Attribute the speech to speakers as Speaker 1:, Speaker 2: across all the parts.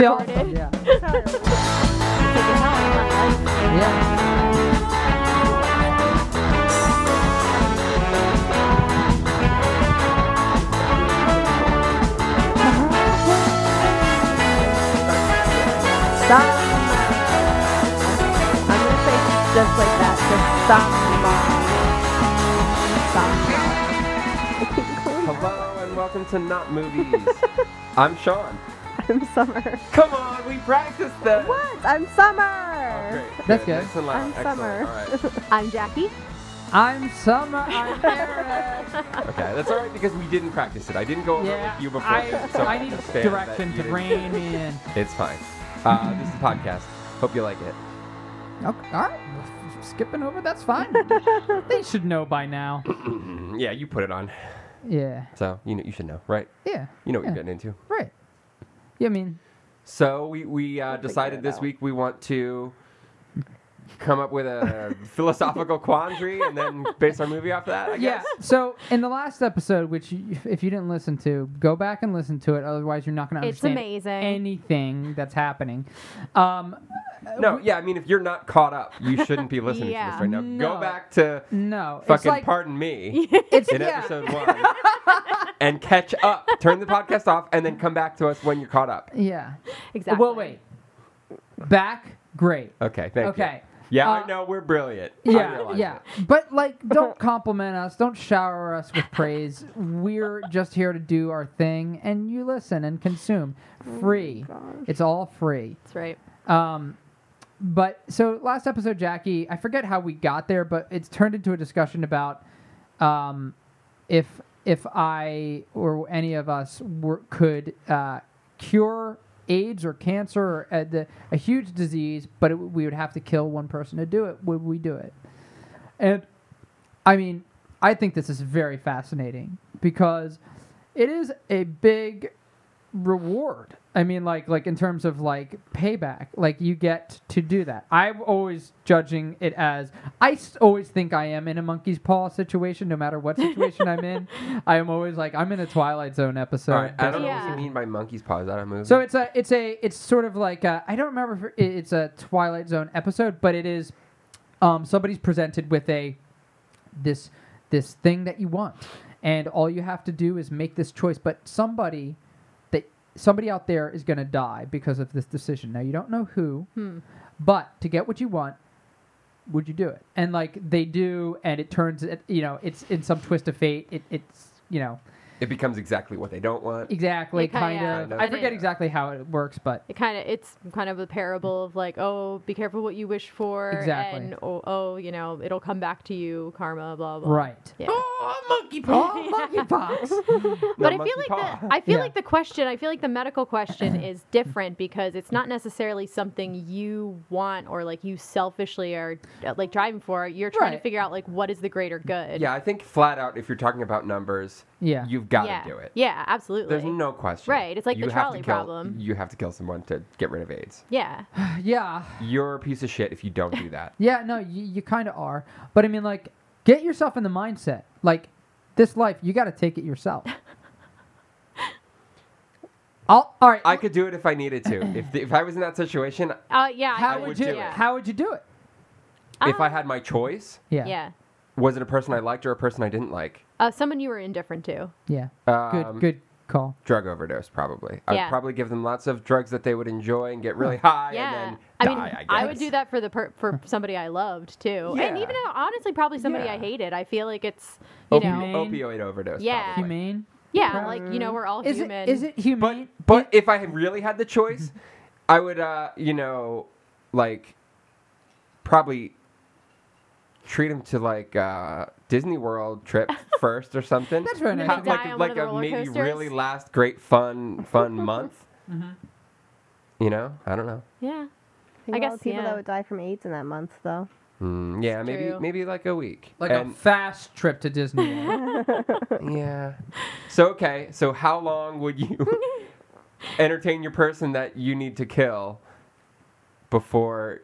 Speaker 1: Yeah. Yeah. yeah.
Speaker 2: Samba. I'm gonna say just like that. Just samba. Samba. I keep going.
Speaker 3: Hello and welcome to Not Movies. I'm Sean.
Speaker 2: I'm summer.
Speaker 3: Come on, we practiced this.
Speaker 2: What? I'm
Speaker 3: Oh,
Speaker 2: summer.
Speaker 3: great.
Speaker 1: That's good.
Speaker 3: Nice and loud.
Speaker 2: I'm
Speaker 3: Excellent.
Speaker 2: Summer.
Speaker 3: All
Speaker 4: I'm Jackie.
Speaker 1: I'm Summer. I'm
Speaker 3: right. Okay, that's all right because we didn't practice it. I didn't go over it
Speaker 5: Yeah,
Speaker 3: with you before.
Speaker 5: I,
Speaker 3: so
Speaker 5: I need
Speaker 3: understand that
Speaker 5: direction
Speaker 3: you
Speaker 5: to
Speaker 3: didn't-
Speaker 5: rein in.
Speaker 3: It's fine. Uh, this is a podcast. Hope you like it.
Speaker 1: okay, all right. Skipping over, that's fine.
Speaker 5: They should know by now.
Speaker 3: Mm-hmm. Yeah, you put it on,
Speaker 1: yeah.
Speaker 3: so you know you should know, right?
Speaker 1: Yeah.
Speaker 3: You know what
Speaker 1: yeah.
Speaker 3: you're getting into.
Speaker 1: Right. Yeah, I mean,
Speaker 3: So we we uh, decided
Speaker 2: it
Speaker 3: this
Speaker 2: out.
Speaker 3: week we want to come up with a philosophical quandary and then base our movie off that. I
Speaker 1: yeah.
Speaker 3: guess.
Speaker 1: So in the last episode, which you, if you didn't listen to, go back and listen to it. Otherwise, you're not going to
Speaker 4: It's
Speaker 1: understand
Speaker 4: amazing.
Speaker 1: anything that's happening. Um,
Speaker 3: No, yeah, I mean, if you're not caught up, you shouldn't be listening to
Speaker 4: Yeah.
Speaker 3: this right now. Go
Speaker 1: No.
Speaker 3: back to
Speaker 1: no, it's
Speaker 3: fucking
Speaker 1: like
Speaker 3: Pardon Me
Speaker 1: it's
Speaker 3: in
Speaker 1: yeah.
Speaker 3: episode one and catch up. Turn the podcast off and then come back to us when you're caught up.
Speaker 1: Yeah.
Speaker 4: exactly.
Speaker 1: Well, wait. Back, great.
Speaker 3: Okay, thank you.
Speaker 1: okay.
Speaker 3: Yeah,
Speaker 1: Uh,
Speaker 3: I know we're brilliant. I
Speaker 1: Yeah,
Speaker 3: realize
Speaker 1: yeah.
Speaker 3: it.
Speaker 1: But like, don't compliment us. Don't shower us with praise. We're just here to do our thing, and you listen and consume. Free. it's all free.
Speaker 4: That's right.
Speaker 1: Um, but so last episode, Jackie, I forget how we got there, but it's turned into a discussion about um, if if I or any of us were, could uh, cure AIDS or cancer or a, the, a huge disease, but it, we would have to kill one person to do it. Would we do it? And I mean, I think this is very fascinating because it is a big reward. I mean, like like in terms of like payback, like you get to do that. I'm always judging it as I s- always think I am in a monkey's paw situation, no matter what situation I'm in. I am always like I'm in a Twilight Zone episode.
Speaker 3: All right, I don't know
Speaker 4: Yeah.
Speaker 3: what you mean by monkey's paw. Is that a movie?
Speaker 1: So it's a it's a it's sort of like I I don't remember if it- it's a Twilight Zone episode, but it is um, somebody's presented with a this this thing that you want, and all you have to do is make this choice. But somebody that somebody out there is going to die because of this decision. Now you don't know who,
Speaker 4: Hmm.
Speaker 1: but to get what you want, would you do it? And like they do, and it turns it you know it's in some twist of fate. It, it's you know
Speaker 3: it becomes exactly what they don't want.
Speaker 1: exactly
Speaker 4: Yeah,
Speaker 1: kind
Speaker 4: kinda.
Speaker 1: of.
Speaker 3: Kinda.
Speaker 1: I forget exactly how it works, but.
Speaker 4: It kind of it's kind of a parable of like, oh, be careful what you wish for,
Speaker 1: Exactly.
Speaker 4: and oh, oh, you know, it'll come back to you, karma, blah blah.
Speaker 1: Right.
Speaker 4: Yeah.
Speaker 3: Oh, monkey
Speaker 1: Oh, monkeypox.
Speaker 3: No,
Speaker 4: but I feel
Speaker 3: monkey
Speaker 4: like
Speaker 3: paw.
Speaker 4: the, I feel
Speaker 1: Yeah.
Speaker 4: like the question, I feel like the medical question is different because it's not necessarily something you want or like you selfishly are uh, like driving for. You're trying
Speaker 1: Right.
Speaker 4: to figure out like what is the greater good.
Speaker 3: Yeah, I think flat out, if you're talking about numbers,
Speaker 1: yeah.
Speaker 3: you've got to
Speaker 4: yeah,
Speaker 3: do it.
Speaker 4: Yeah, absolutely.
Speaker 3: There's no question.
Speaker 4: Right, it's like the
Speaker 3: You have to
Speaker 4: trolley
Speaker 3: kill-
Speaker 4: problem.
Speaker 3: You have to kill someone to get rid of AIDS.
Speaker 4: yeah.
Speaker 1: yeah.
Speaker 3: You're a piece of shit if you don't do that.
Speaker 1: Yeah, no, you, you kind of are. But I mean, like, get yourself in the mindset. Like, this life, you got to take it yourself. I'll, all right.
Speaker 3: I could do it if I needed to. If, the, if I was in that situation,
Speaker 4: Uh, yeah. I
Speaker 1: how
Speaker 4: think-
Speaker 1: would,
Speaker 3: would
Speaker 1: you?
Speaker 3: do it.
Speaker 4: yeah.
Speaker 1: How would you do it?
Speaker 3: if I
Speaker 4: Um,
Speaker 3: had my choice,
Speaker 1: Yeah.
Speaker 4: yeah.
Speaker 3: was it a person I liked or a person I didn't like?
Speaker 4: Uh, someone you were indifferent to.
Speaker 1: Yeah.
Speaker 3: Um,
Speaker 1: good. Good call.
Speaker 3: Drug overdose, probably. I'd
Speaker 4: Yeah.
Speaker 3: probably give them lots of drugs that they would enjoy and get really high
Speaker 4: yeah.
Speaker 3: and
Speaker 4: I
Speaker 3: then
Speaker 4: mean,
Speaker 3: die, I guess.
Speaker 4: would do that for the per- for somebody I loved too,
Speaker 3: Yeah.
Speaker 4: and even though, honestly, probably somebody
Speaker 3: Yeah.
Speaker 4: I hated. I feel like it's you
Speaker 1: Oh.
Speaker 3: Opi-
Speaker 4: know,
Speaker 1: Humane.
Speaker 3: Opioid overdose.
Speaker 4: Yeah.
Speaker 3: probably.
Speaker 1: Humane.
Speaker 4: yeah, like you know, we're all
Speaker 1: Is
Speaker 4: human.
Speaker 1: it? Is it
Speaker 3: But,
Speaker 1: humane?
Speaker 3: but if I had really had the choice, I would, uh, you know, like, probably treat him to like uh, Disney World trip first or something.
Speaker 1: That's very
Speaker 4: And then
Speaker 1: nice.
Speaker 3: like
Speaker 4: die on
Speaker 3: a,
Speaker 4: one
Speaker 3: like
Speaker 4: of the
Speaker 3: a
Speaker 4: roller
Speaker 3: maybe
Speaker 4: coasters? Mm-hmm.
Speaker 3: really last great fun fun month. You know, I don't know.
Speaker 4: Yeah,
Speaker 2: Think
Speaker 4: I
Speaker 2: of all
Speaker 4: guess,
Speaker 2: the people
Speaker 4: yeah.
Speaker 2: that would die from AIDS in that month, though.
Speaker 3: Mm, yeah, maybe
Speaker 4: true.
Speaker 3: maybe like a week.
Speaker 1: Like a
Speaker 3: And-
Speaker 1: fast trip to Disney. World.
Speaker 3: yeah. So okay, so how long would you entertain your person that you need to kill before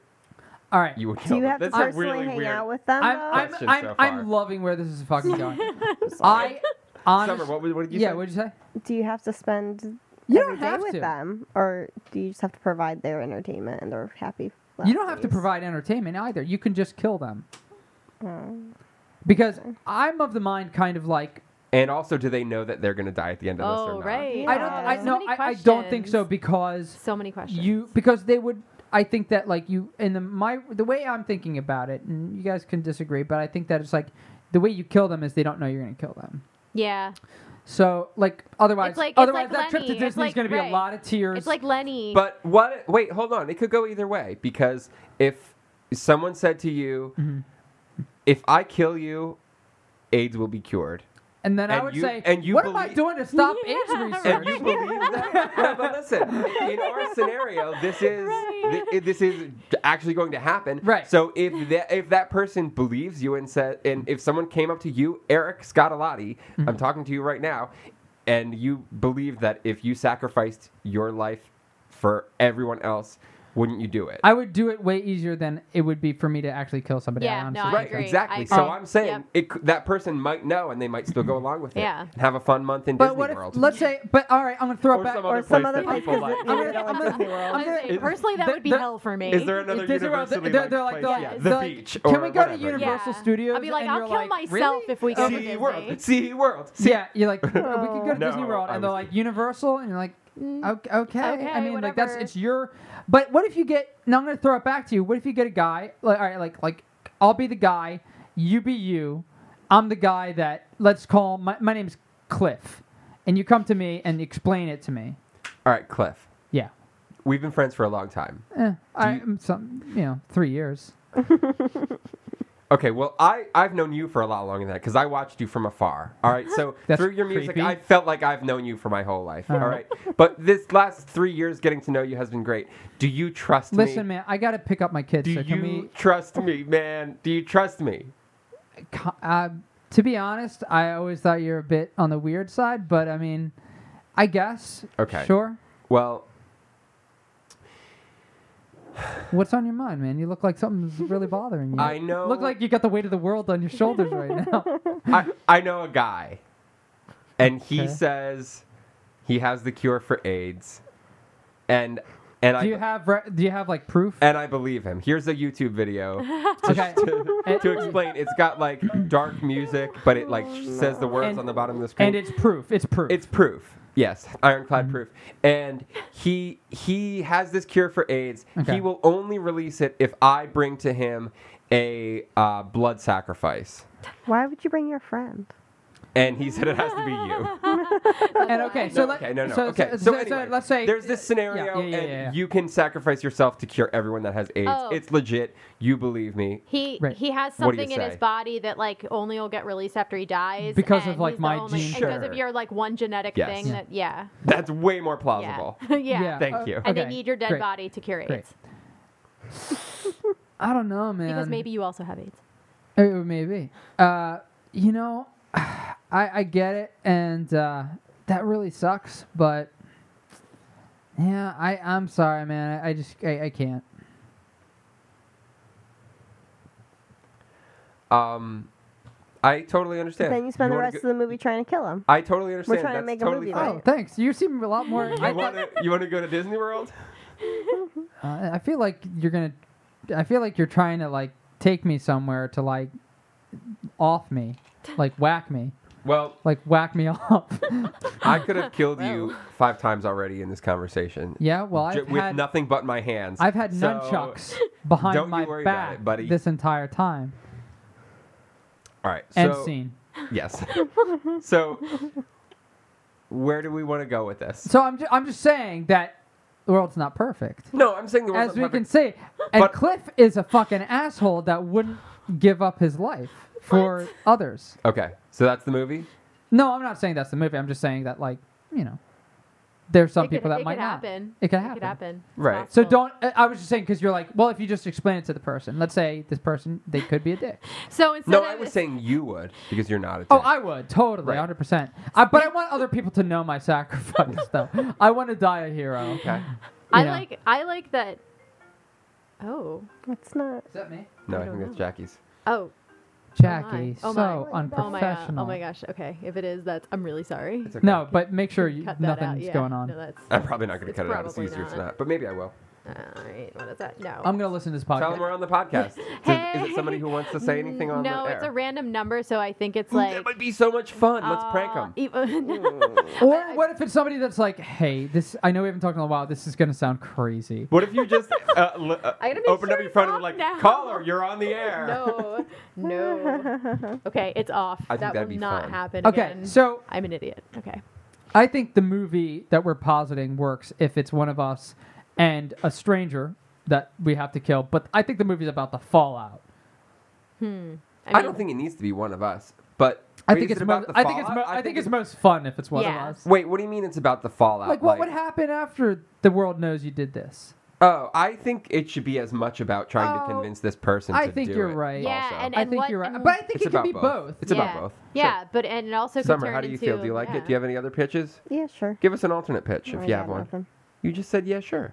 Speaker 1: all right.
Speaker 3: you would kill
Speaker 2: Do you
Speaker 3: them?
Speaker 2: have to
Speaker 3: That's a
Speaker 2: personally
Speaker 3: really
Speaker 2: hang
Speaker 3: weird.
Speaker 2: out with them?
Speaker 1: I'm,
Speaker 3: Question
Speaker 1: I'm, I'm,
Speaker 3: so far.
Speaker 1: I'm loving where this is fucking going. I honestly,
Speaker 3: Summer, what, was- what did you
Speaker 1: yeah,
Speaker 3: say?
Speaker 1: what'd you say?
Speaker 2: though? Do you have to spend
Speaker 1: You
Speaker 2: every
Speaker 1: don't
Speaker 2: day
Speaker 1: have
Speaker 2: with
Speaker 1: to.
Speaker 2: them, or do you just have to provide their entertainment and they're happy?
Speaker 1: You don't have to provide entertainment either. You can just kill them.
Speaker 4: Mm.
Speaker 1: Because I'm of the mind, kind of like
Speaker 3: And also, do they know that they're going to die at the end of this or
Speaker 4: Oh,
Speaker 3: not?
Speaker 4: right.
Speaker 1: I don't. I
Speaker 2: Yeah.
Speaker 1: no.
Speaker 4: many
Speaker 1: I, I don't think so
Speaker 4: questions.
Speaker 1: because
Speaker 4: So many questions.
Speaker 1: you because they would. I think that like you and the my the way I'm thinking about it, and you guys can disagree, but I think that it's like the way you kill them is they don't know you're going to kill them.
Speaker 4: yeah.
Speaker 1: So like otherwise,
Speaker 4: It's like- it's
Speaker 1: otherwise
Speaker 4: like
Speaker 1: that trip to
Speaker 4: Lenny. It's
Speaker 1: Disney is
Speaker 4: like-
Speaker 1: going to be
Speaker 4: right.
Speaker 1: a lot of tears.
Speaker 4: It's like Lenny.
Speaker 3: But what? Wait, hold on. It could go either way because if someone said to you, "If I kill you, AIDS will be cured,"
Speaker 1: and then I
Speaker 3: and
Speaker 1: would
Speaker 3: you-
Speaker 1: say,
Speaker 3: and you
Speaker 1: what am I
Speaker 3: believe-
Speaker 1: doing to stop
Speaker 4: Yeah,
Speaker 1: AIDS
Speaker 4: right.
Speaker 1: research?
Speaker 3: and you believe that. No, but listen, in our scenario, this is
Speaker 4: Right.
Speaker 3: thi- this is actually going to happen.
Speaker 1: Right.
Speaker 3: So if that if that person believes you and said, and if someone came up to you, Eric Scottalotti, I'm talking to you right now, and you believe that if you sacrificed your life for everyone else, wouldn't you do it?
Speaker 1: I would do it way easier than it would be for me to actually kill somebody.
Speaker 4: Yeah,
Speaker 1: I honestly
Speaker 4: no, I
Speaker 1: think.
Speaker 3: Right,
Speaker 4: agree.
Speaker 3: exactly.
Speaker 4: I
Speaker 3: so
Speaker 4: agree.
Speaker 3: I'm saying
Speaker 4: Yep.
Speaker 3: it, c- that person might know, and they might still go along with it.
Speaker 4: Yeah.
Speaker 3: and have a fun month in
Speaker 1: But
Speaker 3: Disney
Speaker 1: what if
Speaker 3: World.
Speaker 1: let's say? But all right, I'm going to throw
Speaker 3: Or
Speaker 1: it back.
Speaker 3: some
Speaker 2: Or
Speaker 3: other
Speaker 2: some
Speaker 3: place
Speaker 2: other
Speaker 3: that
Speaker 2: place
Speaker 3: people like.
Speaker 2: that you go
Speaker 1: I'm
Speaker 2: in
Speaker 1: gonna-
Speaker 2: Disney World.
Speaker 4: I was
Speaker 1: there-
Speaker 4: saying, personally, that
Speaker 1: there-
Speaker 4: would be
Speaker 1: there-
Speaker 4: hell for me.
Speaker 3: Is there another
Speaker 1: Disney World,
Speaker 3: university?
Speaker 1: they're- they're like,
Speaker 3: place?
Speaker 1: they're
Speaker 4: like,
Speaker 3: the
Speaker 1: they're like,
Speaker 3: beach.
Speaker 1: "Can
Speaker 3: or
Speaker 1: we go to
Speaker 3: whatever.
Speaker 1: Universal
Speaker 4: yeah.
Speaker 1: Studios
Speaker 4: I'd be like,
Speaker 1: and
Speaker 4: I'll
Speaker 1: you're
Speaker 4: kill
Speaker 1: like,
Speaker 4: myself
Speaker 1: "Really?"
Speaker 4: if we go to
Speaker 3: CE
Speaker 4: Disney.
Speaker 3: World. CE World. CE
Speaker 1: yeah, you're like, we could go to Disney
Speaker 3: No,
Speaker 1: World,
Speaker 3: I
Speaker 1: and they're
Speaker 3: was
Speaker 1: like Universal, and you're like,
Speaker 4: Mm.
Speaker 1: okay, okay. I
Speaker 4: Okay,
Speaker 1: mean, like that's
Speaker 4: whatever.
Speaker 1: it's your. But what if you get? Now I'm gonna throw it back to you. What if you get a guy? Like, all right, like like I'll be the guy, you be you. I'm the guy that let's call my my name's Cliff, and you come to me and explain it to me.
Speaker 3: All right, Cliff.
Speaker 1: Yeah,
Speaker 3: We've been friends for a long time.
Speaker 1: eh, I,
Speaker 3: you-
Speaker 1: am some you know three years.
Speaker 3: Okay, well, I, I've known you for a lot longer than that because I watched you from afar. All right, so
Speaker 1: That's
Speaker 3: through your music,
Speaker 1: creepy. Uh-huh.
Speaker 3: I felt like I've known you for my whole life.
Speaker 1: All
Speaker 3: All right. But this last three years getting to know you has been great. Do you trust
Speaker 1: Listen,
Speaker 3: me?
Speaker 1: man, I gotta pick up my kids.
Speaker 3: Do
Speaker 1: so
Speaker 3: you
Speaker 1: can we?
Speaker 3: trust me, man? Do you trust me?
Speaker 1: co- uh, to be honest, I always thought you were a bit on the weird side, but I mean, I guess.
Speaker 3: Okay.
Speaker 1: Sure.
Speaker 3: Well,
Speaker 1: What's on your mind, man? You look like something's really bothering you.
Speaker 3: I know-
Speaker 1: Look like you got the weight of the world on your shoulders right now.
Speaker 3: I, I know a guy, and he
Speaker 1: Okay.
Speaker 3: says he has the cure for AIDS, and and I
Speaker 1: do you have re- Do you have like proof?
Speaker 3: and I believe him. Here's a YouTube video to,
Speaker 1: Okay.
Speaker 3: to, to explain. It's got like dark music, but it like sh says the words
Speaker 1: And-
Speaker 3: on the bottom of the screen.
Speaker 1: and it's proof. It's proof. Mm-hmm.
Speaker 3: It's proof. Yes, ironclad proof. And he he has this cure for AIDS.
Speaker 1: Okay.
Speaker 3: He will only release it if I bring to him a uh, blood sacrifice.
Speaker 2: Why would you bring your friend?
Speaker 3: And he said it has to be you.
Speaker 1: and okay. So
Speaker 3: No,
Speaker 1: let,
Speaker 3: okay, no, no.
Speaker 1: So,
Speaker 3: okay.
Speaker 1: So,
Speaker 3: So,
Speaker 1: so- so
Speaker 3: anyway,
Speaker 1: let's say
Speaker 3: there's this scenario,
Speaker 1: yeah, yeah,
Speaker 3: and
Speaker 1: yeah, yeah.
Speaker 3: you can sacrifice yourself to cure everyone that has AIDS.
Speaker 4: Oh.
Speaker 3: It's legit. You believe me?
Speaker 4: He
Speaker 1: Right.
Speaker 4: he has
Speaker 3: What do you
Speaker 4: something in his
Speaker 3: say?
Speaker 4: body that like only will get released after he dies
Speaker 1: Because of,
Speaker 4: and
Speaker 1: like,
Speaker 4: he's the
Speaker 1: my
Speaker 4: only-
Speaker 1: gene
Speaker 4: because of
Speaker 3: Sure.
Speaker 4: your like one genetic
Speaker 3: Yes.
Speaker 4: thing
Speaker 3: Yeah.
Speaker 4: that yeah
Speaker 3: That's way more plausible.
Speaker 4: yeah yeah.
Speaker 1: Yeah.
Speaker 3: Thank
Speaker 1: Uh,
Speaker 3: you.
Speaker 4: And they
Speaker 1: Okay,
Speaker 4: need your dead
Speaker 1: great,
Speaker 4: body to cure AIDS
Speaker 1: great. I don't know, man.
Speaker 4: because maybe you also have AIDS.
Speaker 1: It may be. Uh, you know, I, I get it, and uh, that really sucks. But yeah, I I'm sorry, man. I, I just I, I can't.
Speaker 3: Um, I totally understand.
Speaker 2: Then you spend the
Speaker 3: wanna
Speaker 2: rest
Speaker 3: go-
Speaker 2: of the movie trying to kill him.
Speaker 3: I totally understand.
Speaker 2: trying to
Speaker 3: That's
Speaker 2: make a
Speaker 3: totally
Speaker 2: movie, Oh.
Speaker 3: fine.
Speaker 2: right?
Speaker 1: Oh, thanks. You seem a lot more. I,
Speaker 3: You want to you want to go to Disney World?
Speaker 1: uh, I feel like you're gonna. I feel like you're trying to like take me somewhere to like off me, like whack me,
Speaker 3: Well,
Speaker 1: like whack me off.
Speaker 3: I could have killed you five times already in this conversation.
Speaker 1: yeah. Well,
Speaker 3: Ju-
Speaker 1: I've
Speaker 3: with
Speaker 1: had
Speaker 3: nothing but my hands.
Speaker 1: I've had
Speaker 3: So,
Speaker 1: nunchucks behind
Speaker 3: don't you
Speaker 1: my
Speaker 3: worry about
Speaker 1: back
Speaker 3: it, buddy.
Speaker 1: this entire time.
Speaker 3: All right.
Speaker 1: End
Speaker 3: so,
Speaker 1: scene.
Speaker 3: Yes. so, where do we want to go with this?
Speaker 1: So I'm, ju- I'm just saying that the world's not perfect.
Speaker 3: No, I'm saying the world's
Speaker 1: As we
Speaker 3: not
Speaker 1: can
Speaker 3: perfect.
Speaker 1: see. And
Speaker 3: But-
Speaker 1: Cliff is a fucking asshole that wouldn't give up his life for others.
Speaker 3: Okay, so that's the movie.
Speaker 1: No, I'm not saying that's the movie. I'm just saying that, like, you know, there's some
Speaker 4: It could-
Speaker 1: people that
Speaker 4: it
Speaker 1: might
Speaker 4: could
Speaker 1: not.
Speaker 4: happen.
Speaker 1: It could
Speaker 4: It
Speaker 1: happen.
Speaker 4: could happen. It's
Speaker 3: Right.
Speaker 1: So
Speaker 4: possible.
Speaker 1: don't. I- I was just saying because you're like, well, if you just explain it to the person, let's say this person, they could be a dick.
Speaker 4: So instead
Speaker 3: No,
Speaker 4: of
Speaker 3: I was saying you would because you're not a.
Speaker 1: Oh,
Speaker 3: dick.
Speaker 1: I would totally,
Speaker 3: Right.
Speaker 1: hundred percent. I But I want other people to know my sacrifice, though. I want to die a hero.
Speaker 3: Okay.
Speaker 4: I
Speaker 1: Yeah.
Speaker 4: like I like that. Oh
Speaker 2: That's not.
Speaker 1: Is that me?
Speaker 3: No, I,
Speaker 4: don't
Speaker 3: think that's
Speaker 4: know.
Speaker 3: Jackie's.
Speaker 4: oh
Speaker 1: Jackie,
Speaker 4: Oh my.
Speaker 1: so
Speaker 2: my.
Speaker 4: Oh Oh my, uh,
Speaker 1: unprofessional.
Speaker 4: oh my gosh. Okay. If it is, that's, I'm really sorry.
Speaker 3: It's okay.
Speaker 1: No, but make sure you,
Speaker 4: Cut that out.
Speaker 1: nothing's
Speaker 4: Yeah.
Speaker 1: going on.
Speaker 4: No, that's,
Speaker 3: I'm probably not going to
Speaker 4: it's
Speaker 3: cut it out. It's
Speaker 4: probably
Speaker 3: easier for
Speaker 4: not.
Speaker 3: that, but maybe I will.
Speaker 4: All right. What is that? No.
Speaker 1: I'm gonna listen to this
Speaker 3: Tell them
Speaker 1: podcast.
Speaker 3: we're on the podcast.
Speaker 4: Hey.
Speaker 3: Is, is it somebody who wants to say anything on
Speaker 4: no,
Speaker 3: the air?
Speaker 4: it's a random number, so I think it's
Speaker 3: Ooh,
Speaker 4: like.
Speaker 3: that might be so much fun. Let's prank
Speaker 4: uh, e-
Speaker 3: them.
Speaker 4: even-
Speaker 1: Or what if it's somebody that's like, "Hey, this I know we haven't talked in a while. This is gonna sound crazy."
Speaker 3: What if you just uh, l- uh,
Speaker 4: I gotta make
Speaker 3: opened
Speaker 4: sure
Speaker 3: up your
Speaker 4: it's
Speaker 3: phone and
Speaker 4: off
Speaker 3: were like,
Speaker 4: now.
Speaker 3: caller, you're on the air.
Speaker 4: no. No. Okay, it's off.
Speaker 3: I think
Speaker 4: that
Speaker 3: that'd
Speaker 4: will
Speaker 3: be
Speaker 4: not
Speaker 3: fun.
Speaker 4: happen.
Speaker 1: Okay,
Speaker 4: again.
Speaker 1: so
Speaker 4: I'm an idiot. Okay.
Speaker 1: I think the movie that we're positing works if it's one of us and a stranger that we have to kill. But I think the movie's about the fallout.
Speaker 3: I
Speaker 4: I, mean,
Speaker 3: don't think it needs to be one of us, but
Speaker 1: I
Speaker 3: wait,
Speaker 1: think
Speaker 3: is
Speaker 1: it's
Speaker 3: it
Speaker 1: mo-
Speaker 3: about the
Speaker 1: I think it's
Speaker 3: fallout?
Speaker 1: mo- I think it's most fun if it's one
Speaker 4: Yeah.
Speaker 1: of us.
Speaker 3: Wait, what do you mean it's about the fallout?
Speaker 1: Like, what would happen after the world knows you did this?
Speaker 3: Oh, I think it should be as much about trying
Speaker 1: Oh,
Speaker 3: to convince this person.
Speaker 1: I
Speaker 3: to
Speaker 1: think
Speaker 3: do
Speaker 1: you're
Speaker 3: it
Speaker 1: right.
Speaker 4: Yeah,
Speaker 3: also.
Speaker 4: and-
Speaker 1: I think
Speaker 4: what-
Speaker 1: you're right,
Speaker 4: and-
Speaker 1: but I think
Speaker 3: It's
Speaker 1: it could
Speaker 3: about
Speaker 1: be
Speaker 3: both.
Speaker 1: both.
Speaker 3: It's about
Speaker 4: yeah.
Speaker 3: both.
Speaker 4: Yeah, but and it also
Speaker 3: Summer,
Speaker 4: could turn
Speaker 3: how do you
Speaker 4: into,
Speaker 3: feel? Do you like it? Do you have any other pitches?
Speaker 2: Yeah, sure.
Speaker 3: Give us an alternate pitch
Speaker 2: I
Speaker 3: if you have
Speaker 2: got
Speaker 3: one.
Speaker 2: nothing.
Speaker 3: You just said yeah, sure.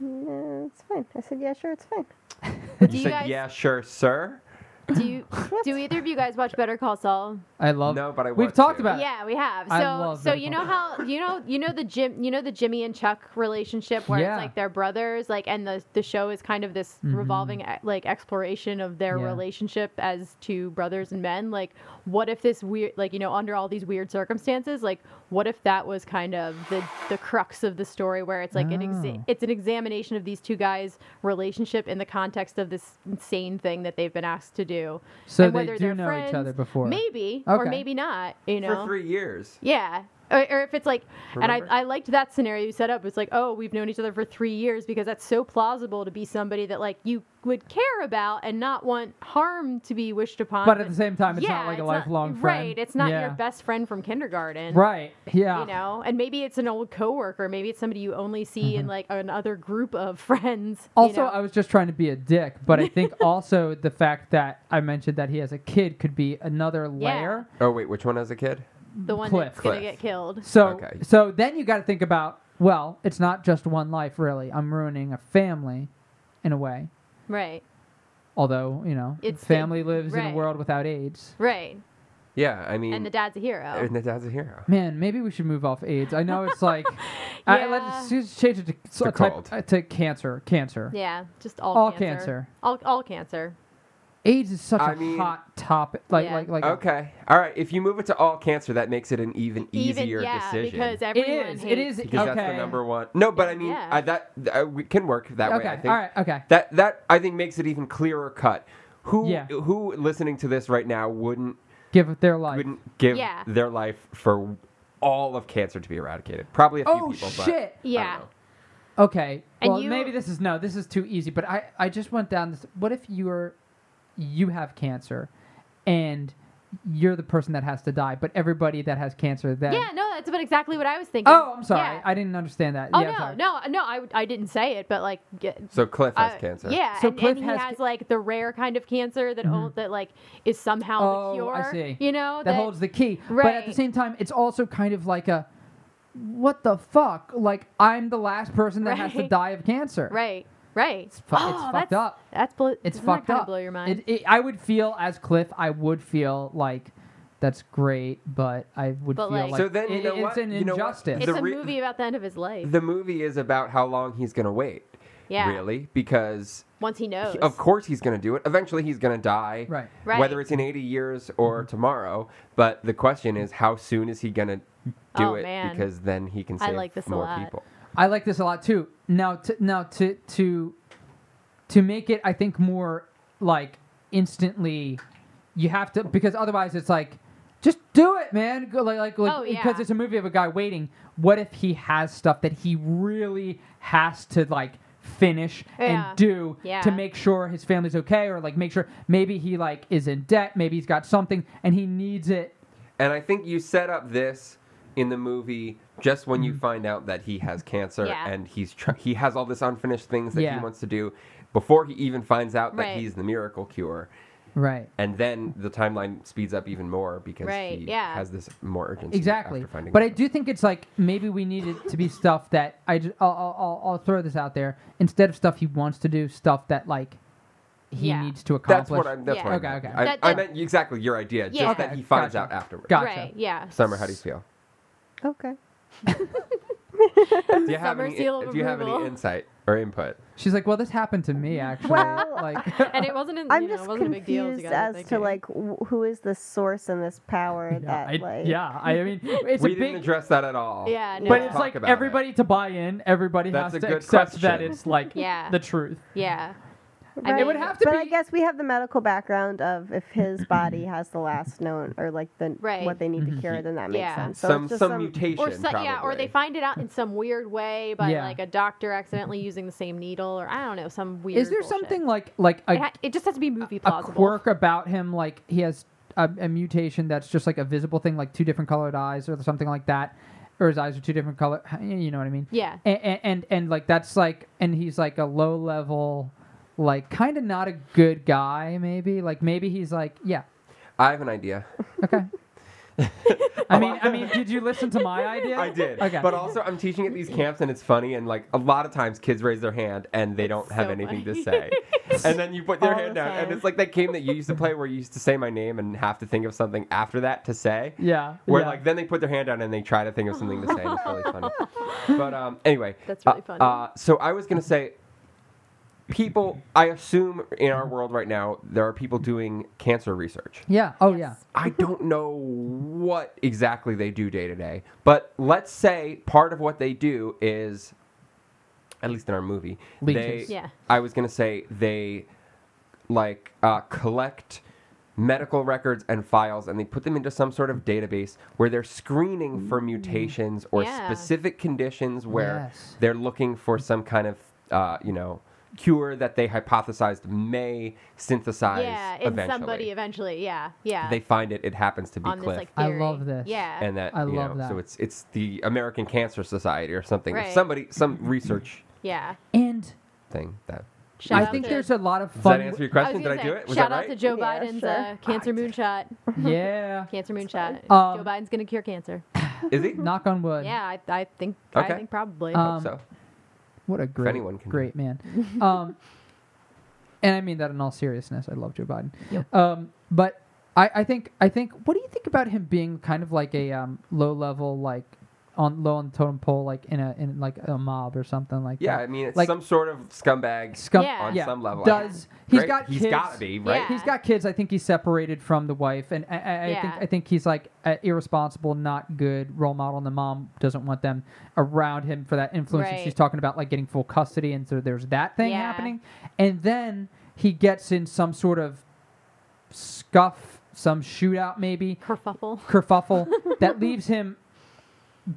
Speaker 2: No, it's fine. I said, yeah, sure, it's fine.
Speaker 3: You
Speaker 4: Do you
Speaker 3: said
Speaker 4: guys-
Speaker 3: yeah, sure, sir.
Speaker 4: Do you? Do either of you guys watch Better Call Saul?
Speaker 1: I love.
Speaker 3: no, but I
Speaker 1: We've
Speaker 3: want
Speaker 1: talked
Speaker 3: to.
Speaker 1: about it.
Speaker 4: Yeah, we have. So
Speaker 1: I love
Speaker 4: so
Speaker 1: Better
Speaker 4: you
Speaker 1: Call
Speaker 4: know how you know you know the Jim you know the Jimmy and Chuck relationship where
Speaker 1: Yeah. Mm-hmm.
Speaker 4: it's like they're brothers like and the the show is kind of this revolving eh, like exploration of their
Speaker 1: Yeah.
Speaker 4: relationship as two brothers and men like what if this weird like you know under all these weird circumstances like what if that was kind of the the crux of the story where it's like an exa-
Speaker 1: Oh.
Speaker 4: it's an examination of these two guys relationship in the context of this insane thing that they've been asked to do
Speaker 1: So
Speaker 4: and
Speaker 1: they
Speaker 4: whether
Speaker 1: do
Speaker 4: they're
Speaker 1: know each other
Speaker 4: friends,
Speaker 1: before.
Speaker 4: maybe or
Speaker 1: Okay.
Speaker 4: maybe not you know
Speaker 3: for three years.
Speaker 4: yeah. Or, or if it's like, and
Speaker 3: Remember?
Speaker 4: I, I liked that scenario you set up. It's like, oh, we've known each other for three years because that's so plausible to be somebody that like you would care about and not want harm to be wished upon.
Speaker 1: But at the same time, it's not like a
Speaker 4: it's
Speaker 1: lifelong friend.
Speaker 4: Right. It's not
Speaker 1: Yeah.
Speaker 4: your best friend from kindergarten.
Speaker 1: Right. Yeah.
Speaker 4: You know, and maybe it's an old coworker. Maybe it's somebody you only see in like another group of friends.
Speaker 1: Mm-hmm.
Speaker 4: you
Speaker 1: Also,
Speaker 4: know?
Speaker 1: I was just trying to be a dick, but I think also the fact that I mentioned that he has a kid could be another layer.
Speaker 3: Oh wait, which one as a kid?
Speaker 4: the one
Speaker 1: Cliff.
Speaker 4: that's gonna
Speaker 3: Cliff.
Speaker 4: get killed.
Speaker 1: So,
Speaker 3: Okay.
Speaker 1: so then you got to think about. Well, it's not just one life, really. I'm ruining a family, in a way.
Speaker 4: Right.
Speaker 1: Although you know,
Speaker 4: It's the-
Speaker 1: family lives in
Speaker 4: right.
Speaker 1: a world without AIDS.
Speaker 4: Right.
Speaker 3: Yeah, I mean,
Speaker 4: And the dad's a hero.
Speaker 3: and the dad's a hero.
Speaker 1: Man, maybe we should move off AIDS. I know it's like, I,
Speaker 4: Yeah.
Speaker 1: let's just change it to, a type-
Speaker 3: cold.
Speaker 1: uh, to cancer. Cancer.
Speaker 4: Yeah, just all,
Speaker 1: All
Speaker 4: cancer.
Speaker 1: cancer.
Speaker 4: All all cancer.
Speaker 1: AIDS is such a
Speaker 3: I mean-
Speaker 1: hot topic. Like,
Speaker 4: Yeah.
Speaker 1: like, like.
Speaker 3: Okay, all right. If you move it to all cancer, that makes it an even easier
Speaker 4: Even yeah,
Speaker 3: decision.
Speaker 4: because
Speaker 1: It
Speaker 4: everyone
Speaker 1: is.
Speaker 4: hates
Speaker 1: It is.
Speaker 3: because
Speaker 1: okay.
Speaker 3: that's the number one. No, but I mean
Speaker 4: Yeah.
Speaker 3: I, that I, we can work that way.
Speaker 1: Okay.
Speaker 3: I think.
Speaker 1: All right. Okay.
Speaker 3: That that I think makes it even clearer cut. Who
Speaker 1: Yeah.
Speaker 3: who listening to this right now wouldn't
Speaker 1: Give their life.
Speaker 3: wouldn't give
Speaker 4: Yeah.
Speaker 3: their life for all of cancer to be eradicated? Probably a few
Speaker 1: Oh
Speaker 3: people. but
Speaker 1: shit.
Speaker 3: I don't
Speaker 4: Yeah.
Speaker 3: know.
Speaker 1: Okay.
Speaker 4: And
Speaker 1: well,
Speaker 4: you-
Speaker 1: maybe this is no. This is too easy. But I, I just went down this. What if you're, you have cancer, and you're the person that has to die. But everybody that has cancer, then.
Speaker 4: Yeah, no, that's what exactly what I was thinking.
Speaker 1: Oh, I'm sorry.
Speaker 4: Yeah.
Speaker 1: I didn't understand that.
Speaker 4: oh
Speaker 1: yeah, sorry.
Speaker 4: no, no, no, I, I didn't say it, but like get,
Speaker 3: So Cliff has
Speaker 4: uh,
Speaker 3: cancer.
Speaker 4: Yeah,
Speaker 1: So
Speaker 4: and,
Speaker 1: Cliff
Speaker 4: and he
Speaker 1: has
Speaker 4: has,
Speaker 1: ca- Mm-hmm.
Speaker 4: like the rare kind of cancer that o- that like is somehow
Speaker 1: Oh,
Speaker 4: the cure.
Speaker 1: I see.
Speaker 4: You know
Speaker 1: that, holds the key. But at the
Speaker 4: Right.
Speaker 1: same time, it's also kind of like a, what the fuck? Like I'm the last person that has to
Speaker 4: Right.
Speaker 1: die of cancer.
Speaker 4: right, right. It's,
Speaker 1: fu- it's fucked up.
Speaker 4: That's blo-
Speaker 1: It's
Speaker 4: doesn't
Speaker 1: fucked
Speaker 4: that kinda
Speaker 1: up.
Speaker 4: Blow your mind.
Speaker 1: It, it, I would feel as Cliff. I would feel like that's great, but I would
Speaker 4: But,
Speaker 1: feel
Speaker 4: like-
Speaker 1: like,
Speaker 3: So then you
Speaker 1: it-
Speaker 3: know what?
Speaker 1: it's an
Speaker 3: You know what?
Speaker 1: injustice.
Speaker 4: it's
Speaker 3: the
Speaker 4: a
Speaker 3: re-
Speaker 4: movie about the end of his life.
Speaker 3: The movie is about how long he's gonna wait.
Speaker 4: yeah,
Speaker 3: Really, because
Speaker 4: Once he knows.
Speaker 3: Of course, he's going to do it. Eventually, he's going to die.
Speaker 1: Right. Mm-hmm.
Speaker 4: Right.
Speaker 3: Whether it's in 80 years or tomorrow. But the question is, how soon is he going to do
Speaker 4: Oh,
Speaker 3: it?
Speaker 4: man.
Speaker 3: Because then he can
Speaker 4: I
Speaker 3: save
Speaker 4: like this a
Speaker 3: more
Speaker 4: lot.
Speaker 3: people.
Speaker 1: I like this a lot too. Now, to, now to to to make it, I think more like instantly. You have to because otherwise it's like, just do it, man. Go, like like, like
Speaker 4: Oh, yeah.
Speaker 1: because it's a movie of a guy waiting. What if he has stuff that he really has to like finish
Speaker 4: Yeah.
Speaker 1: and do
Speaker 4: Yeah.
Speaker 1: to make sure his family's okay or like make sure maybe he like is in debt, maybe he's got something and he needs it.
Speaker 3: And I think you set up this in the movie just when
Speaker 1: Mm-hmm.
Speaker 3: you find out that he has cancer
Speaker 4: Yeah.
Speaker 3: and he's tr- he has all this unfinished things that
Speaker 1: Yeah.
Speaker 3: he wants to do before he even finds out that
Speaker 4: Right.
Speaker 3: he's the miracle cure.
Speaker 1: Right.
Speaker 3: And then the timeline speeds up even more because
Speaker 4: Right,
Speaker 3: he
Speaker 4: yeah.
Speaker 3: has this more urgency.
Speaker 1: exactly
Speaker 3: After finding
Speaker 1: but i
Speaker 3: out.
Speaker 1: do think it's like maybe we need it to be stuff that i just, I'll, I'll, I'll- I'll throw this out there instead of stuff he wants to do stuff that like he
Speaker 4: Yeah.
Speaker 1: needs to accomplish.
Speaker 3: That's what I'm. That's
Speaker 4: Yeah.
Speaker 3: what I
Speaker 1: Okay,
Speaker 3: meant.
Speaker 1: okay.
Speaker 3: I,
Speaker 4: That-
Speaker 3: I
Speaker 4: that-
Speaker 3: meant exactly your idea.
Speaker 4: Yeah.
Speaker 3: Just that
Speaker 1: Okay,
Speaker 3: he finds
Speaker 1: gotcha.
Speaker 3: out afterwards.
Speaker 1: Got- Gotcha.
Speaker 4: Right. Yeah.
Speaker 3: Summer, how do you feel?
Speaker 2: Okay.
Speaker 3: Do you have
Speaker 4: Summer
Speaker 3: any?
Speaker 4: seal of
Speaker 3: do you have any
Speaker 4: approval.
Speaker 3: insight or input?
Speaker 1: She's like, well, this happened to me actually.
Speaker 2: Well,
Speaker 1: like,
Speaker 4: And it wasn't. In,
Speaker 2: I'm
Speaker 4: you know,
Speaker 2: just
Speaker 4: it wasn't a big deal
Speaker 2: confused
Speaker 4: you guys
Speaker 2: as
Speaker 4: are
Speaker 2: to
Speaker 4: thinking.
Speaker 2: like wh- who is the source in this power
Speaker 1: yeah,
Speaker 2: that
Speaker 1: I,
Speaker 2: like
Speaker 1: yeah, I mean, it's
Speaker 3: we
Speaker 1: a
Speaker 3: didn't
Speaker 1: big.
Speaker 3: address that at all.
Speaker 4: Yeah, no.
Speaker 1: but
Speaker 4: Yeah.
Speaker 1: it's
Speaker 3: Talk
Speaker 1: like
Speaker 3: about it.
Speaker 1: everybody to buy in. Everybody
Speaker 3: That's
Speaker 1: has
Speaker 3: a
Speaker 1: to
Speaker 3: good
Speaker 1: accept that
Speaker 3: question.
Speaker 1: it's like
Speaker 4: Yeah.
Speaker 1: the truth.
Speaker 4: Yeah.
Speaker 2: Right.
Speaker 4: I mean,
Speaker 1: It would have to
Speaker 2: but
Speaker 1: be.
Speaker 2: I guess we have the medical background of if his body has the last known or like the
Speaker 4: Right.
Speaker 2: what they need
Speaker 1: Mm-hmm.
Speaker 2: to cure, then that makes
Speaker 4: Yeah.
Speaker 2: sense. So
Speaker 3: some
Speaker 2: it's just
Speaker 3: some, mutation.
Speaker 4: Or so, yeah, or
Speaker 3: probably.
Speaker 4: they find it out in some weird way by
Speaker 1: Yeah.
Speaker 4: like a doctor accidentally using the same needle, or I don't know, some weird.
Speaker 1: is there
Speaker 4: bullshit.
Speaker 1: something like like a
Speaker 4: It, ha- it just has to be movie
Speaker 1: a
Speaker 4: plausible.
Speaker 1: quirk about him like he has a, a mutation that's just like a visible thing like two different colored eyes or something like that or his eyes are two different color you know what i mean
Speaker 4: Yeah.
Speaker 1: and and, and, and like that's like and he's like a low level like kind of not a good guy maybe like maybe he's like yeah
Speaker 3: I have an idea.
Speaker 1: okay i mean i mean did you listen to my idea
Speaker 3: I did.
Speaker 1: Okay.
Speaker 3: But uh, also, I'm teaching at these camps, and it's funny. And like a lot of times, kids raise their hand and they don't have
Speaker 4: so
Speaker 3: anything to
Speaker 4: funny.
Speaker 3: say. and then you put their
Speaker 2: All
Speaker 3: hand
Speaker 2: the
Speaker 3: down, and
Speaker 2: time.
Speaker 3: it's like that game that you used to play where you used to say my name and have to think of something after that to say.
Speaker 1: yeah
Speaker 3: Where
Speaker 1: yeah.
Speaker 3: like then they put their hand down and they try to think of something to say. and It's really funny. But um, anyway,
Speaker 4: That's really
Speaker 3: uh,
Speaker 4: funny.
Speaker 3: Uh, so I was gonna say, people. I assume in our world right now there are people doing cancer research.
Speaker 1: yeah oh yeah
Speaker 3: I don't know what exactly they do day to day, but let's say part of what they do is, at least in our movie,
Speaker 1: Leeches.
Speaker 3: they.
Speaker 4: Yeah.
Speaker 3: I was gonna say they, like, uh, collect medical records and files, and they put them into some sort of database where they're screening
Speaker 1: Mm.
Speaker 3: for mutations or
Speaker 4: Yeah.
Speaker 3: specific conditions where
Speaker 1: Yes.
Speaker 3: they're looking for some kind of, uh, you know. Cure that they hypothesized may synthesize
Speaker 4: Yeah, in
Speaker 3: eventually
Speaker 4: somebody eventually. Yeah, yeah.
Speaker 3: they find it, it happens to be
Speaker 4: on
Speaker 3: Cliff.
Speaker 4: this like
Speaker 1: I
Speaker 4: theory.
Speaker 1: love this.
Speaker 4: Yeah,
Speaker 3: and that
Speaker 1: I
Speaker 3: you
Speaker 1: love
Speaker 3: know,
Speaker 1: that.
Speaker 3: so it's it's the American Cancer Society or something.
Speaker 4: Right.
Speaker 3: Somebody some research
Speaker 4: yeah.
Speaker 1: and
Speaker 3: thing that
Speaker 4: Shout
Speaker 1: i
Speaker 4: out
Speaker 1: think
Speaker 4: to-
Speaker 1: there's a lot of
Speaker 3: Does that
Speaker 1: fun
Speaker 3: answer your
Speaker 4: I was
Speaker 3: question? Did
Speaker 4: gonna
Speaker 3: I
Speaker 4: say,
Speaker 3: do it? Was
Speaker 4: shout
Speaker 3: that
Speaker 4: out
Speaker 3: right?
Speaker 4: to Joe
Speaker 2: Yeah,
Speaker 4: Biden's
Speaker 2: sure.
Speaker 4: uh, cancer moonshot.
Speaker 1: yeah
Speaker 4: Cancer moonshot.
Speaker 1: Um,
Speaker 4: Joe Biden's gonna cure cancer.
Speaker 3: Is he?
Speaker 1: knock on wood
Speaker 4: Yeah, I, I think.
Speaker 3: Okay.
Speaker 4: I think probably.
Speaker 1: Um,
Speaker 3: Hope so.
Speaker 1: What a great,
Speaker 3: anyone can do
Speaker 1: great
Speaker 3: it.
Speaker 1: man. Um, and I mean that in all seriousness. I love Joe Biden. Um, but I, I think I think what do you think about him being kind of like a um, low level like on low on the totem pole like in a in like a mob or something like
Speaker 3: Yeah, I
Speaker 1: that?
Speaker 3: mean it's
Speaker 1: Like-
Speaker 3: some sort of scumbag
Speaker 1: Scum-
Speaker 4: Yeah.
Speaker 3: on some level.
Speaker 1: Does he's
Speaker 3: Right?
Speaker 1: got kids,
Speaker 3: He's gotta be right.
Speaker 4: Yeah.
Speaker 1: He's got kids. I think he's separated from the wife, and I, I, I think
Speaker 4: Yeah.
Speaker 1: I think he's like uh, irresponsible, not good role model, and the mom doesn't want them around him for that influence. And
Speaker 4: Right.
Speaker 1: she's talking about like getting full custody, and so there's that thing
Speaker 4: Yeah.
Speaker 1: happening, and then he gets in some sort of scuff, some shootout, maybe
Speaker 4: Kerfuffle.
Speaker 1: kerfuffle that leaves him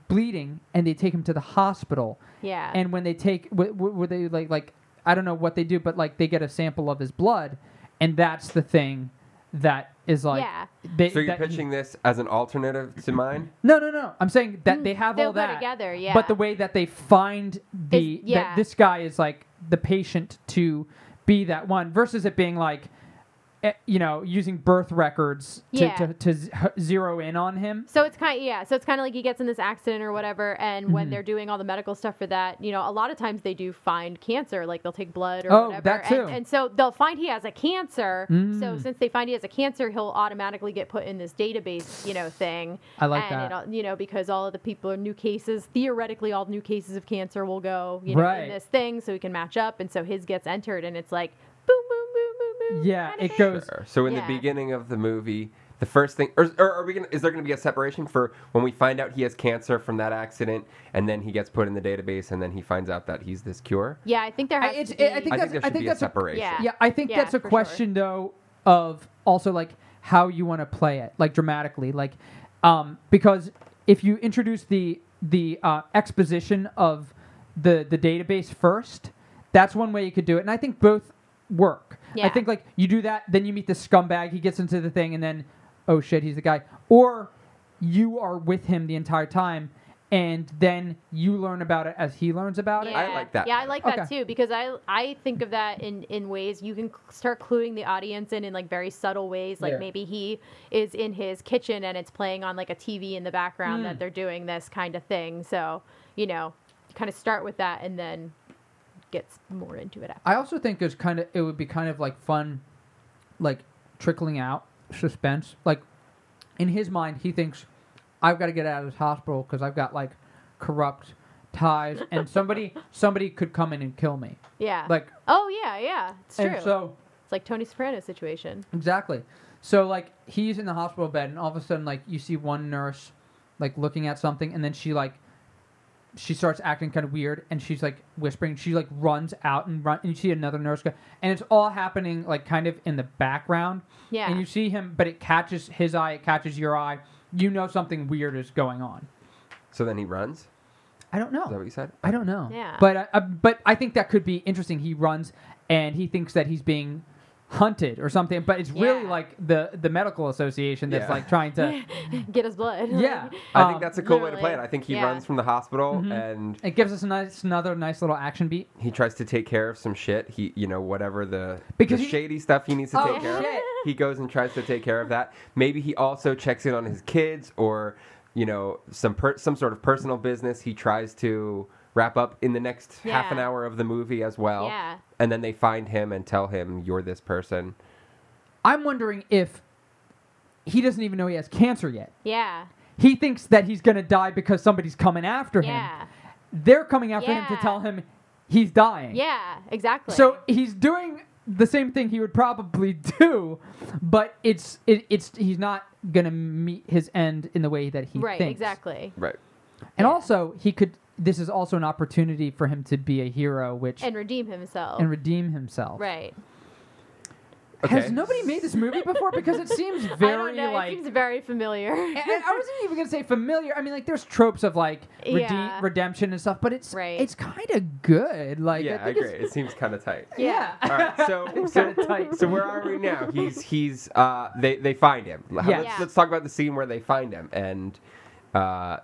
Speaker 1: bleeding, and they take him to the hospital
Speaker 4: Yeah.
Speaker 1: and when they take w- w- were they like like i don't know what they do but like they get a sample of his blood and that's the thing that is like
Speaker 4: Yeah.
Speaker 1: they,
Speaker 3: So you're
Speaker 1: that-
Speaker 3: pitching this as an alternative to mine?
Speaker 1: no no no i'm saying that they have
Speaker 4: Mm. They'll
Speaker 1: all
Speaker 4: go
Speaker 1: that
Speaker 4: together, yeah.
Speaker 1: but the way that they find the
Speaker 4: Is- yeah.
Speaker 1: that this guy is like the patient to be that one versus it being like eh, you know using birth records to,
Speaker 4: Yeah.
Speaker 1: to, to z- zero in on him
Speaker 4: So it's kind yeah. So it's kind of like he gets in this accident or whatever, and
Speaker 1: Mm-hmm.
Speaker 4: when they're doing all the medical stuff for that, you know, a lot of times they do find cancer, like they'll take blood or
Speaker 1: Oh,
Speaker 4: whatever,
Speaker 1: that too. Mm.
Speaker 4: And, and so they'll find he has a cancer. So since they find he has a cancer, he'll automatically get put in this database, you know, thing.
Speaker 1: I like
Speaker 4: and
Speaker 1: that.
Speaker 4: It, all- you know, because all of the people are new cases. Theoretically, all new cases of cancer will go, you know,
Speaker 1: Right.
Speaker 4: in this thing, so he can match up, and so his gets entered, and it's like boom, boom, boom, boom, boom.
Speaker 1: yeah
Speaker 4: kinda
Speaker 1: it
Speaker 4: thing.
Speaker 1: goes
Speaker 3: Sure. So in
Speaker 4: Yeah.
Speaker 3: the beginning of the movie, the first thing, or, or are we gonna? Is there gonna be a separation for when we find out he has cancer from that accident, and then he gets put in the database, and then he finds out that he's this cure?
Speaker 4: Yeah, I think there
Speaker 1: I-
Speaker 4: has
Speaker 1: it's-
Speaker 4: to be.
Speaker 1: I
Speaker 3: I
Speaker 1: think that's-
Speaker 3: think there should be
Speaker 1: that's
Speaker 3: a
Speaker 1: a-
Speaker 3: separation.
Speaker 4: Yeah.
Speaker 1: Yeah, I think
Speaker 4: Yeah,
Speaker 1: that's a
Speaker 4: for sure.
Speaker 1: question though of also like how you want to play it, like dramatically, like um, because if you introduce the the uh, exposition of the the database first, that's one way you could do it, and I think both work. I
Speaker 4: Yeah.
Speaker 1: think like you do that, then you meet the scumbag, he gets into the thing, and then oh shit, he's the guy, or you are with him the entire time. And then you learn about it as he learns about it.
Speaker 4: Yeah.
Speaker 3: I like that
Speaker 4: Yeah, I
Speaker 3: better.
Speaker 4: like that
Speaker 1: Okay.
Speaker 4: too because I I think of that in in ways you can cl- start cluing the audience in in like very subtle ways. Like
Speaker 1: Yeah.
Speaker 4: maybe he is in his kitchen and it's playing on like a TV in the background
Speaker 1: Hmm.
Speaker 4: that they're doing this kind of thing. So you know, kind of start with that and then gets more into it after.
Speaker 1: I also think there's kind of it would be kind of like fun, like trickling out suspense. Like in his mind, he thinks I've got to get out of this hospital because I've got like corrupt ties, and somebody somebody could come in and kill me.
Speaker 4: Yeah.
Speaker 1: Like
Speaker 4: oh yeah, yeah. It's true.
Speaker 1: and so
Speaker 4: it's like Tony Soprano situation.
Speaker 1: exactly. So like he's in the hospital bed, and all of a sudden like you see one nurse like looking at something, and then she like she starts acting kind of weird, and she's like whispering. She like runs out and run, and you see another nurse go, and it's all happening like kind of in the background.
Speaker 4: Yeah.
Speaker 1: And you see him, but it catches his eye, it catches your eye. You know something weird is going on.
Speaker 3: So then he runs.
Speaker 1: I don't
Speaker 3: Is that what
Speaker 1: know.
Speaker 3: you said?
Speaker 1: I don't know.
Speaker 4: Yeah.
Speaker 1: But I, I, but I think that could be interesting. He runs and he thinks that he's being hunted or something, but it's really
Speaker 4: Yeah.
Speaker 1: like the the medical association that's
Speaker 3: Yeah.
Speaker 1: like trying to
Speaker 4: Get his blood.
Speaker 1: yeah.
Speaker 3: I
Speaker 1: Um,
Speaker 3: think that's a cool way to play it. I
Speaker 4: literally.
Speaker 3: think he
Speaker 4: Yeah.
Speaker 3: runs from the hospital
Speaker 1: Mhm.
Speaker 3: and
Speaker 1: it gives us a nice another nice little action beat.
Speaker 3: he tries to take care of some shit. He, you know, whatever the,
Speaker 1: Because
Speaker 3: the
Speaker 1: he-
Speaker 3: shady stuff he needs to
Speaker 1: Oh,
Speaker 3: take care of,
Speaker 1: shit.
Speaker 3: he goes and tries to take care of that. Maybe he also checks in on his kids or, you know, some per- some sort of personal business. He tries to wrap up in the next half an
Speaker 4: Yeah.
Speaker 3: hour of the movie as well.
Speaker 4: Yeah.
Speaker 3: And then they find him and tell him, "You're this person."
Speaker 1: I'm wondering if he doesn't even know he has cancer yet.
Speaker 4: Yeah.
Speaker 1: He thinks that he's going to die because somebody's coming after him.
Speaker 4: Yeah.
Speaker 1: They're coming after him
Speaker 4: Yeah.
Speaker 1: to tell him he's dying.
Speaker 4: Yeah. Exactly.
Speaker 1: So he's doing the same thing he would probably do, but it's it, it's he's not gonna meet his end in the way that he
Speaker 4: right.
Speaker 1: thinks.
Speaker 4: Exactly.
Speaker 3: Right.
Speaker 1: And also, he could. This is also an opportunity for him to be a hero, which
Speaker 4: And redeem himself.
Speaker 1: and redeem himself.
Speaker 4: right.
Speaker 1: Has nobody made this movie before? Because it seems
Speaker 4: I
Speaker 1: very
Speaker 4: don't know.
Speaker 1: like.
Speaker 4: it seems very familiar.
Speaker 1: and- and I wasn't even gonna say familiar. I mean, like there's tropes of like rede-
Speaker 4: Yeah.
Speaker 1: redemption and stuff, but it's
Speaker 4: Right.
Speaker 1: it's kind of good. Like
Speaker 3: yeah, I
Speaker 1: think
Speaker 3: agree.
Speaker 1: it's-
Speaker 3: It seems kind of tight.
Speaker 1: Yeah.
Speaker 3: All right, so
Speaker 1: It's
Speaker 3: so,
Speaker 1: kinda tight.
Speaker 3: so where are we now? He's he's uh they they find him. Let's,
Speaker 1: Yeah.
Speaker 4: Yeah.
Speaker 3: let's talk about the scene where they find him and uh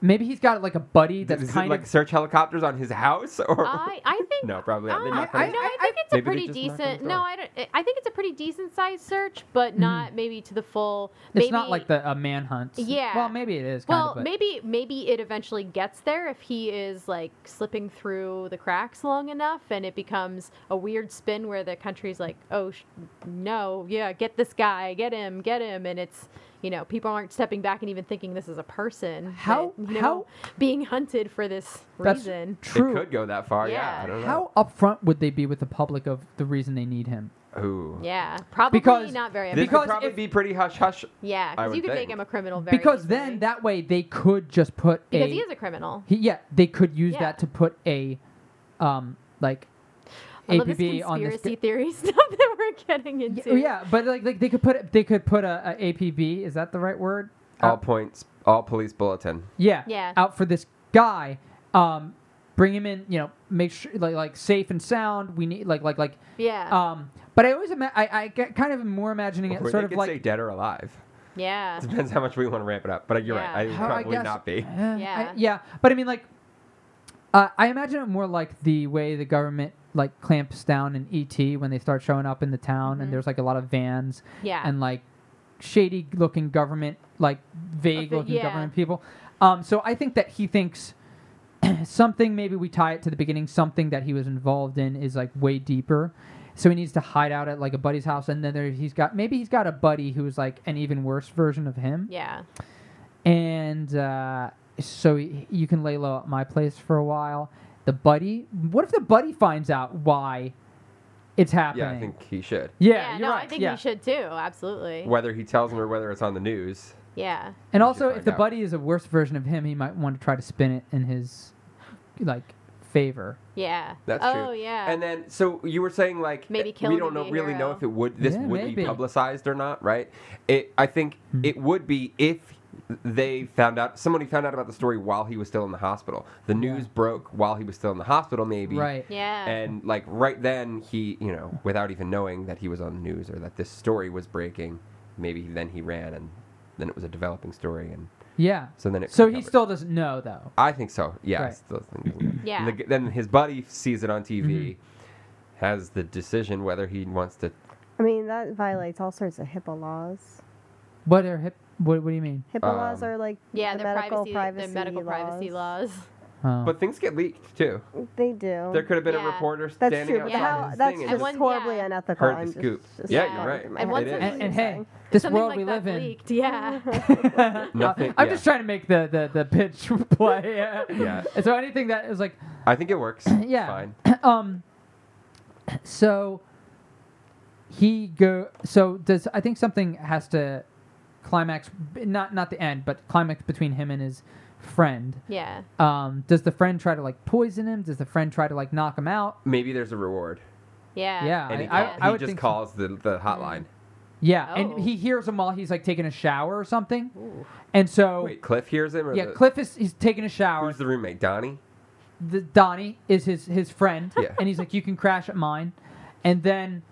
Speaker 1: Maybe he's got like a buddy that's
Speaker 3: is it
Speaker 1: kind
Speaker 3: like
Speaker 1: of Uh,
Speaker 3: search helicopters on his house or
Speaker 4: I I think
Speaker 3: no probably not. They
Speaker 4: I-
Speaker 3: knock
Speaker 1: I-
Speaker 3: on
Speaker 4: no,
Speaker 3: his-
Speaker 4: I think it's
Speaker 3: Maybe
Speaker 4: a
Speaker 3: they
Speaker 4: pretty
Speaker 3: just knock on the
Speaker 4: decent. No,
Speaker 3: door. Mm-hmm.
Speaker 4: I don't. I- I think it's a pretty decent sized search, but not maybe to the full. Maybe,
Speaker 1: It's not like the a manhunt.
Speaker 4: Yeah.
Speaker 1: Well, maybe it is. Kind
Speaker 4: Well,
Speaker 1: of, but
Speaker 4: maybe maybe it eventually gets there if he is like slipping through the cracks long enough, and it becomes a weird spin where the country's like, oh sh- no, yeah, get this guy, get him, get him, and it's you know people aren't stepping back and even thinking this is a person.
Speaker 1: How-
Speaker 4: but, you
Speaker 1: how-
Speaker 4: know, being hunted for this
Speaker 1: that's
Speaker 4: reason?
Speaker 1: true.
Speaker 3: It could go that far. Yeah,
Speaker 4: Yeah.
Speaker 3: I don't know.
Speaker 1: How upfront would they be with the public of the reason they need him?
Speaker 3: Ooh.
Speaker 4: Yeah, probably
Speaker 1: Because-
Speaker 4: not very.
Speaker 3: This
Speaker 1: Because
Speaker 3: would probably
Speaker 1: if-
Speaker 3: be pretty hush hush.
Speaker 4: Yeah,
Speaker 3: I
Speaker 4: because you
Speaker 3: would
Speaker 4: could
Speaker 3: think.
Speaker 4: make him a criminal very
Speaker 1: Because
Speaker 4: easily.
Speaker 1: then that way they could just put
Speaker 4: because
Speaker 1: a,
Speaker 4: he is a criminal.
Speaker 1: he- yeah they could use
Speaker 4: Yeah.
Speaker 1: that to put a um like
Speaker 4: I love this
Speaker 1: APB on this.
Speaker 4: conspiracy theory stuff that we're getting
Speaker 1: Yeah,
Speaker 4: into.
Speaker 1: yeah, but like, like they could put they could put a, a APB is that the right word?
Speaker 3: All
Speaker 1: Out-
Speaker 3: points. All police bulletin.
Speaker 1: yeah,
Speaker 4: Yeah.
Speaker 1: out for this guy. Um, bring him in. You know, make sure like like safe and sound. We need like like like.
Speaker 4: yeah,
Speaker 1: Um, but I always ima- I I get kind of more imagining it
Speaker 3: Or
Speaker 1: sort
Speaker 3: they
Speaker 1: of
Speaker 3: could
Speaker 1: like
Speaker 3: say dead or alive.
Speaker 4: yeah.
Speaker 3: Depends how much we want to ramp it up. But you're right.
Speaker 4: Yeah.
Speaker 3: I would
Speaker 1: How- I
Speaker 3: probably
Speaker 1: guess-
Speaker 3: not be.
Speaker 1: Uh, I-
Speaker 4: Yeah.
Speaker 1: yeah. But I mean, like, uh, I imagine it more like the way the government like clamps down in ET when they start showing up in the town,
Speaker 4: Mm-hmm.
Speaker 1: and there's like a lot of vans
Speaker 4: Yeah.
Speaker 1: and like shady looking government, like vague
Speaker 4: Offi-
Speaker 1: looking
Speaker 4: yeah.
Speaker 1: government people. Um, so I think that he thinks something. Maybe we tie it to the beginning. Something that he was involved in is like way deeper. So he needs to hide out at like a buddy's house, and then there he's got maybe he's got a buddy who's like an even worse version of him
Speaker 4: yeah.
Speaker 1: and uh, so y- you can lay low at my place for a while. The buddy, what if the buddy finds out why it's happening?
Speaker 3: Yeah, I think he should.
Speaker 1: Yeah,
Speaker 4: Yeah,
Speaker 1: you're
Speaker 4: no,
Speaker 1: right.
Speaker 4: I think
Speaker 1: yeah.
Speaker 4: he should too. Absolutely.
Speaker 3: Whether he tells him or whether it's on the news.
Speaker 4: Yeah.
Speaker 1: And
Speaker 3: should
Speaker 1: also, if
Speaker 3: find
Speaker 1: the
Speaker 3: out.
Speaker 1: buddy is a worse version of him, he might want to try to spin it in his like favor.
Speaker 4: Yeah.
Speaker 3: That's
Speaker 4: oh,
Speaker 3: true.
Speaker 4: yeah.
Speaker 3: And then, so you were saying like
Speaker 4: Maybe kill
Speaker 3: we
Speaker 4: him
Speaker 3: don't
Speaker 4: and
Speaker 3: know
Speaker 4: be a
Speaker 3: really know
Speaker 4: hero.
Speaker 3: if it would this
Speaker 1: Yeah,
Speaker 3: would be
Speaker 1: maybe. Mm-hmm.
Speaker 3: publicized or not, right? It I think it would be if they found out somebody found out about the story while he was still in the hospital. The news broke while he was still in the hospital, maybe.
Speaker 1: Right.
Speaker 4: yeah.
Speaker 3: And like right then, he you know without even knowing that he was on the news or that this story was breaking, maybe then he ran and then it was a developing story and
Speaker 1: Yeah.
Speaker 3: so then it.
Speaker 1: So
Speaker 3: could
Speaker 1: he
Speaker 3: cover-
Speaker 1: still doesn't know though.
Speaker 3: I think so. Yeah, I
Speaker 1: Right.
Speaker 3: still think.
Speaker 4: Yeah.
Speaker 3: The, then his buddy sees it on TV,
Speaker 1: Mm-hmm.
Speaker 3: has the decision whether he wants to.
Speaker 2: I mean, that violates all sorts of HIPAA laws.
Speaker 1: What are hip? What, what do you mean?
Speaker 2: HIPAA laws
Speaker 3: Um,
Speaker 2: are like
Speaker 4: yeah,
Speaker 2: the
Speaker 4: the
Speaker 2: medical
Speaker 4: privacy,
Speaker 2: privacy,
Speaker 4: the medical privacy laws.
Speaker 1: Oh.
Speaker 3: But things get leaked too.
Speaker 2: They do.
Speaker 3: There could have been a
Speaker 4: Yeah.
Speaker 3: reporter
Speaker 2: that's
Speaker 3: standing
Speaker 2: true.
Speaker 3: outside
Speaker 2: But
Speaker 4: Yeah.
Speaker 2: how,
Speaker 3: his
Speaker 2: that's
Speaker 3: thing
Speaker 4: And
Speaker 2: just
Speaker 4: one-
Speaker 2: horribly
Speaker 4: yeah.
Speaker 2: unethical.
Speaker 3: Heard the
Speaker 2: I'm just-
Speaker 3: scoop.
Speaker 2: just
Speaker 3: Yeah,
Speaker 2: not
Speaker 4: you're
Speaker 3: right.
Speaker 2: in my head.
Speaker 4: And once
Speaker 3: It
Speaker 4: it's
Speaker 3: is.
Speaker 1: and, and hey,
Speaker 2: Saying.
Speaker 1: this
Speaker 4: Something
Speaker 1: world
Speaker 4: like
Speaker 1: we
Speaker 4: that's
Speaker 1: live in.
Speaker 4: leaked. Yeah.
Speaker 3: and nothing.
Speaker 1: I'm
Speaker 3: yeah.
Speaker 1: just trying to make the, the, the pitch play. Yeah.
Speaker 3: Yeah.
Speaker 1: And so anything that is like,
Speaker 3: I think it works.
Speaker 1: Yeah.
Speaker 3: Fine.
Speaker 1: um, so he go. So does I think something has to climax, not not the end, but climax between him and his friend.
Speaker 4: yeah.
Speaker 1: Um, does the friend try to like poison him? Does the friend try to like knock him out?
Speaker 3: Maybe there's a reward.
Speaker 4: Yeah.
Speaker 1: Yeah,
Speaker 3: And he,
Speaker 1: I-
Speaker 3: call-
Speaker 1: I
Speaker 3: he
Speaker 1: would
Speaker 3: just
Speaker 1: think so.
Speaker 3: calls the, the hotline.
Speaker 1: Yeah,
Speaker 4: Oh.
Speaker 1: and he hears him while he's like taking a shower or something,
Speaker 4: Ooh.
Speaker 1: and so
Speaker 3: Wait, Cliff hears him? Or
Speaker 1: Oh. yeah,
Speaker 3: the,
Speaker 1: Cliff is he's taking a shower.
Speaker 3: Who's the roommate? Donnie?
Speaker 1: the Donnie is his his friend,
Speaker 3: Yeah.
Speaker 1: and he's like, "You can crash at mine," and then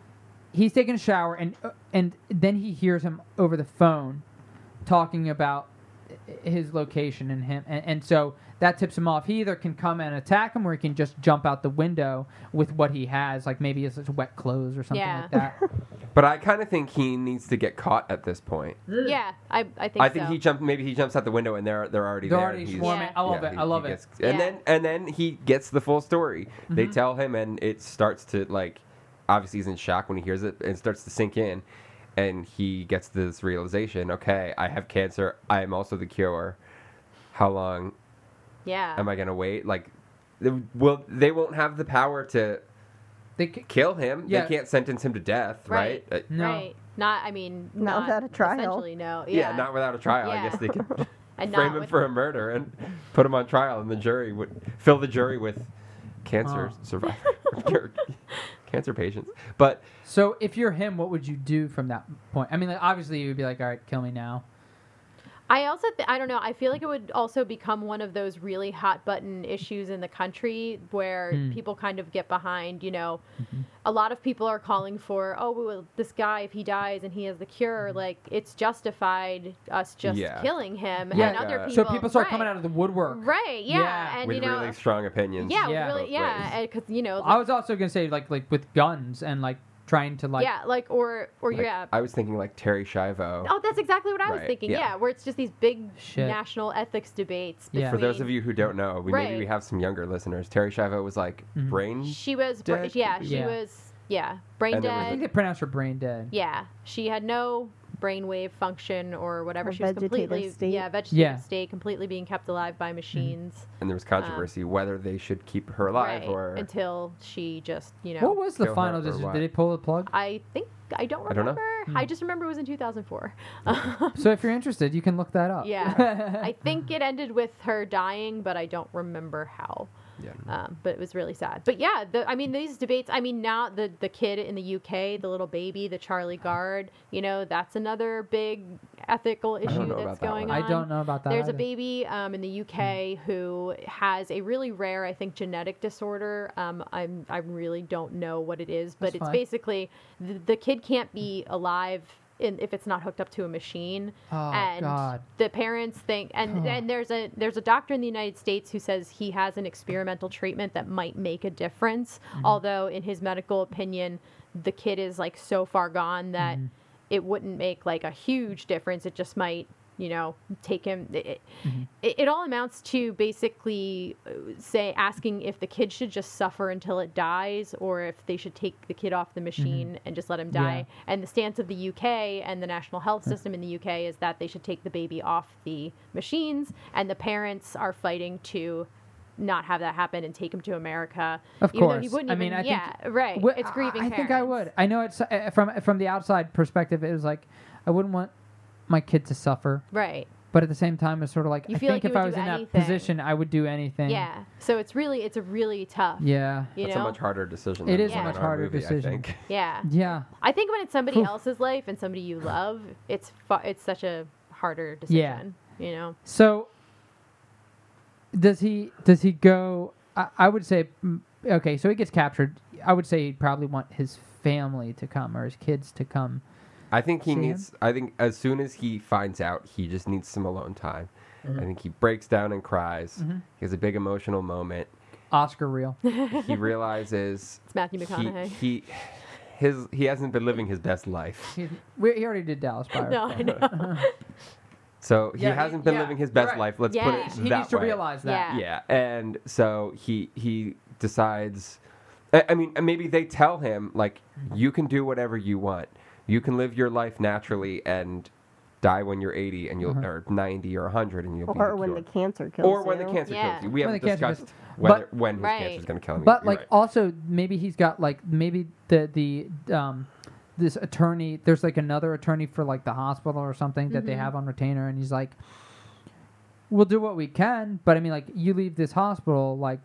Speaker 1: he's taking a shower, and uh, and then he hears him over the phone talking about i- his location and him, and, and so that tips him off. He either can come and attack him, or he can just jump out the window with what he has, like maybe his his wet clothes or something like
Speaker 4: Yeah.
Speaker 1: that.
Speaker 3: But I kind of think he needs to get caught at this point.
Speaker 4: Yeah. I, I think
Speaker 3: I think
Speaker 4: so.
Speaker 3: he jumped. Maybe he jumps out the window and they're they're already
Speaker 1: They're
Speaker 3: there.
Speaker 1: already
Speaker 3: and he's-
Speaker 1: swarming.
Speaker 4: Yeah.
Speaker 1: I love
Speaker 3: yeah,
Speaker 1: it.
Speaker 3: he-
Speaker 1: I
Speaker 3: he
Speaker 1: love it.
Speaker 3: gets- And
Speaker 4: Yeah.
Speaker 3: then and then he gets the full story. They
Speaker 1: Mhm.
Speaker 3: tell him, and it starts to like. Obviously, he's in shock when he hears it, and it starts to sink in, and he gets this realization: Okay, I have cancer. I am also the cure. How long
Speaker 4: yeah.
Speaker 3: am I gonna wait? Like, they- well, they won't have the power to
Speaker 1: They c-
Speaker 3: kill him.
Speaker 1: Yeah.
Speaker 3: They can't sentence him to death, right?
Speaker 4: Right.
Speaker 3: Uh,
Speaker 1: no.
Speaker 4: Right. Not, I mean,
Speaker 2: Not without a trial.
Speaker 4: Essentially, no.
Speaker 3: yeah.
Speaker 4: Yeah.
Speaker 3: not without a trial. I
Speaker 4: Yeah.
Speaker 3: guess they could
Speaker 4: and
Speaker 3: frame
Speaker 4: not
Speaker 3: him
Speaker 4: with-
Speaker 3: for a murder and put him on trial, and the jury would fill the jury with cancer
Speaker 1: Oh.
Speaker 3: survivors, or cancer patients. But
Speaker 1: So if you're him, what would you do from that point? I mean, like, obviously you would be like, "All right, kill me now."
Speaker 4: I also, th- I don't know. I feel like it would also become one of those really hot button issues in the country where
Speaker 1: Hmm. Mm-hmm.
Speaker 4: people kind of get behind. You know, a lot of people are calling for, oh, well, this guy, if he dies and he has the cure, like it's justified us just
Speaker 3: Yeah.
Speaker 4: killing him.
Speaker 1: Mm-hmm. Yeah.
Speaker 4: and other
Speaker 3: Uh,
Speaker 4: people.
Speaker 1: So people start coming
Speaker 4: right,
Speaker 1: out of the woodwork.
Speaker 4: Right. Yeah.
Speaker 1: Yeah.
Speaker 4: And
Speaker 3: with
Speaker 4: you know.
Speaker 3: really strong opinions.
Speaker 4: yeah,
Speaker 1: Yeah.
Speaker 4: really,
Speaker 3: both
Speaker 4: yeah, because you know,
Speaker 1: I was also gonna say like like with guns and like trying to like
Speaker 4: yeah, like or or
Speaker 3: Like,
Speaker 4: yeah,
Speaker 3: I was thinking like Terry Shivo.
Speaker 4: Oh, that's exactly what I was
Speaker 3: Right,
Speaker 4: thinking.
Speaker 3: yeah.
Speaker 4: Yeah. where it's just these big
Speaker 1: Shit.
Speaker 4: national ethics debates.
Speaker 1: Yeah.
Speaker 3: For those of
Speaker 4: between-
Speaker 3: you who don't know, we maybe
Speaker 4: Right.
Speaker 3: we have some younger listeners. Terry Shivo was like
Speaker 1: Mhm.
Speaker 3: brain.
Speaker 4: she was, bra-
Speaker 3: dead,
Speaker 4: yeah,
Speaker 3: could
Speaker 4: she
Speaker 1: be. Yeah.
Speaker 4: was, yeah, brain
Speaker 3: And there was
Speaker 1: I think
Speaker 4: dead.
Speaker 1: they pronounce her brain dead.
Speaker 4: Yeah, she had no brainwave function or whatever.
Speaker 2: Or
Speaker 4: she was
Speaker 2: vegetative
Speaker 4: completely,
Speaker 2: state.
Speaker 4: yeah, vegetative
Speaker 1: Yeah.
Speaker 4: state, completely being kept alive by machines.
Speaker 3: and there was controversy whether they should keep her Mm-hmm. alive
Speaker 4: Um, Right,
Speaker 3: or
Speaker 4: until she just, you know,
Speaker 1: What was the
Speaker 3: Kill her
Speaker 1: final
Speaker 3: or
Speaker 1: decision?
Speaker 3: what?
Speaker 1: Did it pull the plug?
Speaker 4: I think I don't
Speaker 3: I don't know.
Speaker 4: remember. I,
Speaker 1: Hmm.
Speaker 4: just remember it was in 2004.
Speaker 1: so if you're interested, you can look that up.
Speaker 4: Yeah. I think it ended with her dying, but I don't remember how.
Speaker 3: Yeah.
Speaker 4: Um, but it was really sad. But yeah, the, I mean, these debates. I mean, now the the kid in the UK, the little baby, the Charlie Guard. You know, that's another big ethical issue
Speaker 3: know
Speaker 4: that's
Speaker 3: about that
Speaker 4: going
Speaker 3: one.
Speaker 4: on.
Speaker 1: I don't know about that.
Speaker 4: There's
Speaker 1: either. Hmm.
Speaker 4: a baby um, in the UK who has a really rare, I think, genetic disorder. Um, I'm I really don't know what it is, but
Speaker 1: That's
Speaker 4: it's
Speaker 1: fine.
Speaker 4: basically the, the kid can't be alive. In, if it's not hooked up to a machine,
Speaker 1: Oh,
Speaker 4: and
Speaker 1: God.
Speaker 4: the parents think, and
Speaker 1: Huh.
Speaker 4: and there's a there's a doctor in the United States who says he has an experimental treatment that might make a difference.
Speaker 1: Mm-hmm.
Speaker 4: Although, in his medical opinion, the kid is like so far gone that
Speaker 1: Mm-hmm.
Speaker 4: it wouldn't make like a huge difference. It just might, you know, take him. It, it-
Speaker 1: Mm-hmm.
Speaker 4: it, it all amounts to basically uh, say asking if the kid should just suffer until it dies, or if they should take the kid
Speaker 1: Mm-hmm.
Speaker 4: off the machine and just let him die. And the stance of the UK and the national health system in the UK is that they should take the baby off the machines, and the parents are fighting to. Not have that happen and take him to America.
Speaker 1: Of
Speaker 4: even though he
Speaker 1: course.
Speaker 4: wouldn't
Speaker 1: I
Speaker 4: even,
Speaker 1: mean, I think-
Speaker 4: yeah, right.
Speaker 1: Well,
Speaker 4: it's grieving.
Speaker 1: I, I think I
Speaker 4: parents.
Speaker 1: would. I know it's uh, from from the outside perspective. It was like I wouldn't want my kid to suffer,
Speaker 4: Right.
Speaker 1: but at the same time, it's sort of like
Speaker 4: You
Speaker 1: I
Speaker 4: feel
Speaker 1: think
Speaker 4: like
Speaker 1: if
Speaker 4: you
Speaker 1: I
Speaker 4: would
Speaker 1: was
Speaker 4: do
Speaker 1: in
Speaker 4: anything.
Speaker 1: that position, I would do anything.
Speaker 4: Yeah. So it's really, it's a really tough.
Speaker 1: Yeah.
Speaker 4: You
Speaker 3: that's
Speaker 4: know.
Speaker 3: a much harder decision.
Speaker 1: It
Speaker 3: than
Speaker 1: is
Speaker 4: a
Speaker 3: the one
Speaker 4: much
Speaker 3: in our
Speaker 1: harder
Speaker 3: movie,
Speaker 1: decision.
Speaker 3: I think.
Speaker 4: yeah.
Speaker 1: Yeah.
Speaker 4: I think when it's somebody
Speaker 1: Oof.
Speaker 4: else's life and somebody you love, it's fu- it's such a harder
Speaker 1: Yeah.
Speaker 4: decision. You know.
Speaker 1: So does he does he go I, I would say mm, okay, so he gets captured. I would say he'd probably want his family to come or his kids to come.
Speaker 3: I think he
Speaker 1: See him?
Speaker 3: needs. I think as soon as he finds out, he just needs some alone time. I
Speaker 1: Mm-hmm.
Speaker 3: think he breaks down and cries. He has a big emotional moment.
Speaker 1: Oscar reel.
Speaker 3: He realizes
Speaker 4: It's Matthew
Speaker 3: he-
Speaker 4: McConaughey.
Speaker 3: He, his he hasn't been living his best life.
Speaker 1: he, we, he already did Dallas Buyers.
Speaker 4: no, I know.
Speaker 3: So he
Speaker 1: Yeah,
Speaker 3: hasn't been
Speaker 1: yeah,
Speaker 3: living his best
Speaker 1: right.
Speaker 3: life. Let's put
Speaker 4: Yeah.
Speaker 3: it
Speaker 4: He
Speaker 1: He
Speaker 3: that
Speaker 1: needs to
Speaker 3: way.
Speaker 1: realize that.
Speaker 4: Yeah.
Speaker 3: Yeah, and so he he decides. I I mean, and maybe they tell him like, you can do whatever you want. You can live your life naturally and die when you're 80 and you'll
Speaker 1: Uh-huh.
Speaker 3: or 90 or 100 and you'll be
Speaker 2: Or when the
Speaker 3: cured.
Speaker 2: cancer kills
Speaker 3: or when the
Speaker 2: you.
Speaker 3: cancer
Speaker 4: Yeah.
Speaker 3: kills you. We
Speaker 1: When
Speaker 3: haven't
Speaker 1: the cancer
Speaker 3: discussed
Speaker 1: kills-
Speaker 3: whether
Speaker 1: but-
Speaker 3: when his
Speaker 4: Right.
Speaker 3: cancer's going to kill him.
Speaker 1: But
Speaker 3: You're
Speaker 1: like
Speaker 3: right.
Speaker 1: also maybe he's got like maybe the the um this attorney there's like another attorney for like the hospital or something that
Speaker 4: Mm-hmm.
Speaker 1: they have on retainer and he's like we'll do what we can but I mean like you leave this hospital like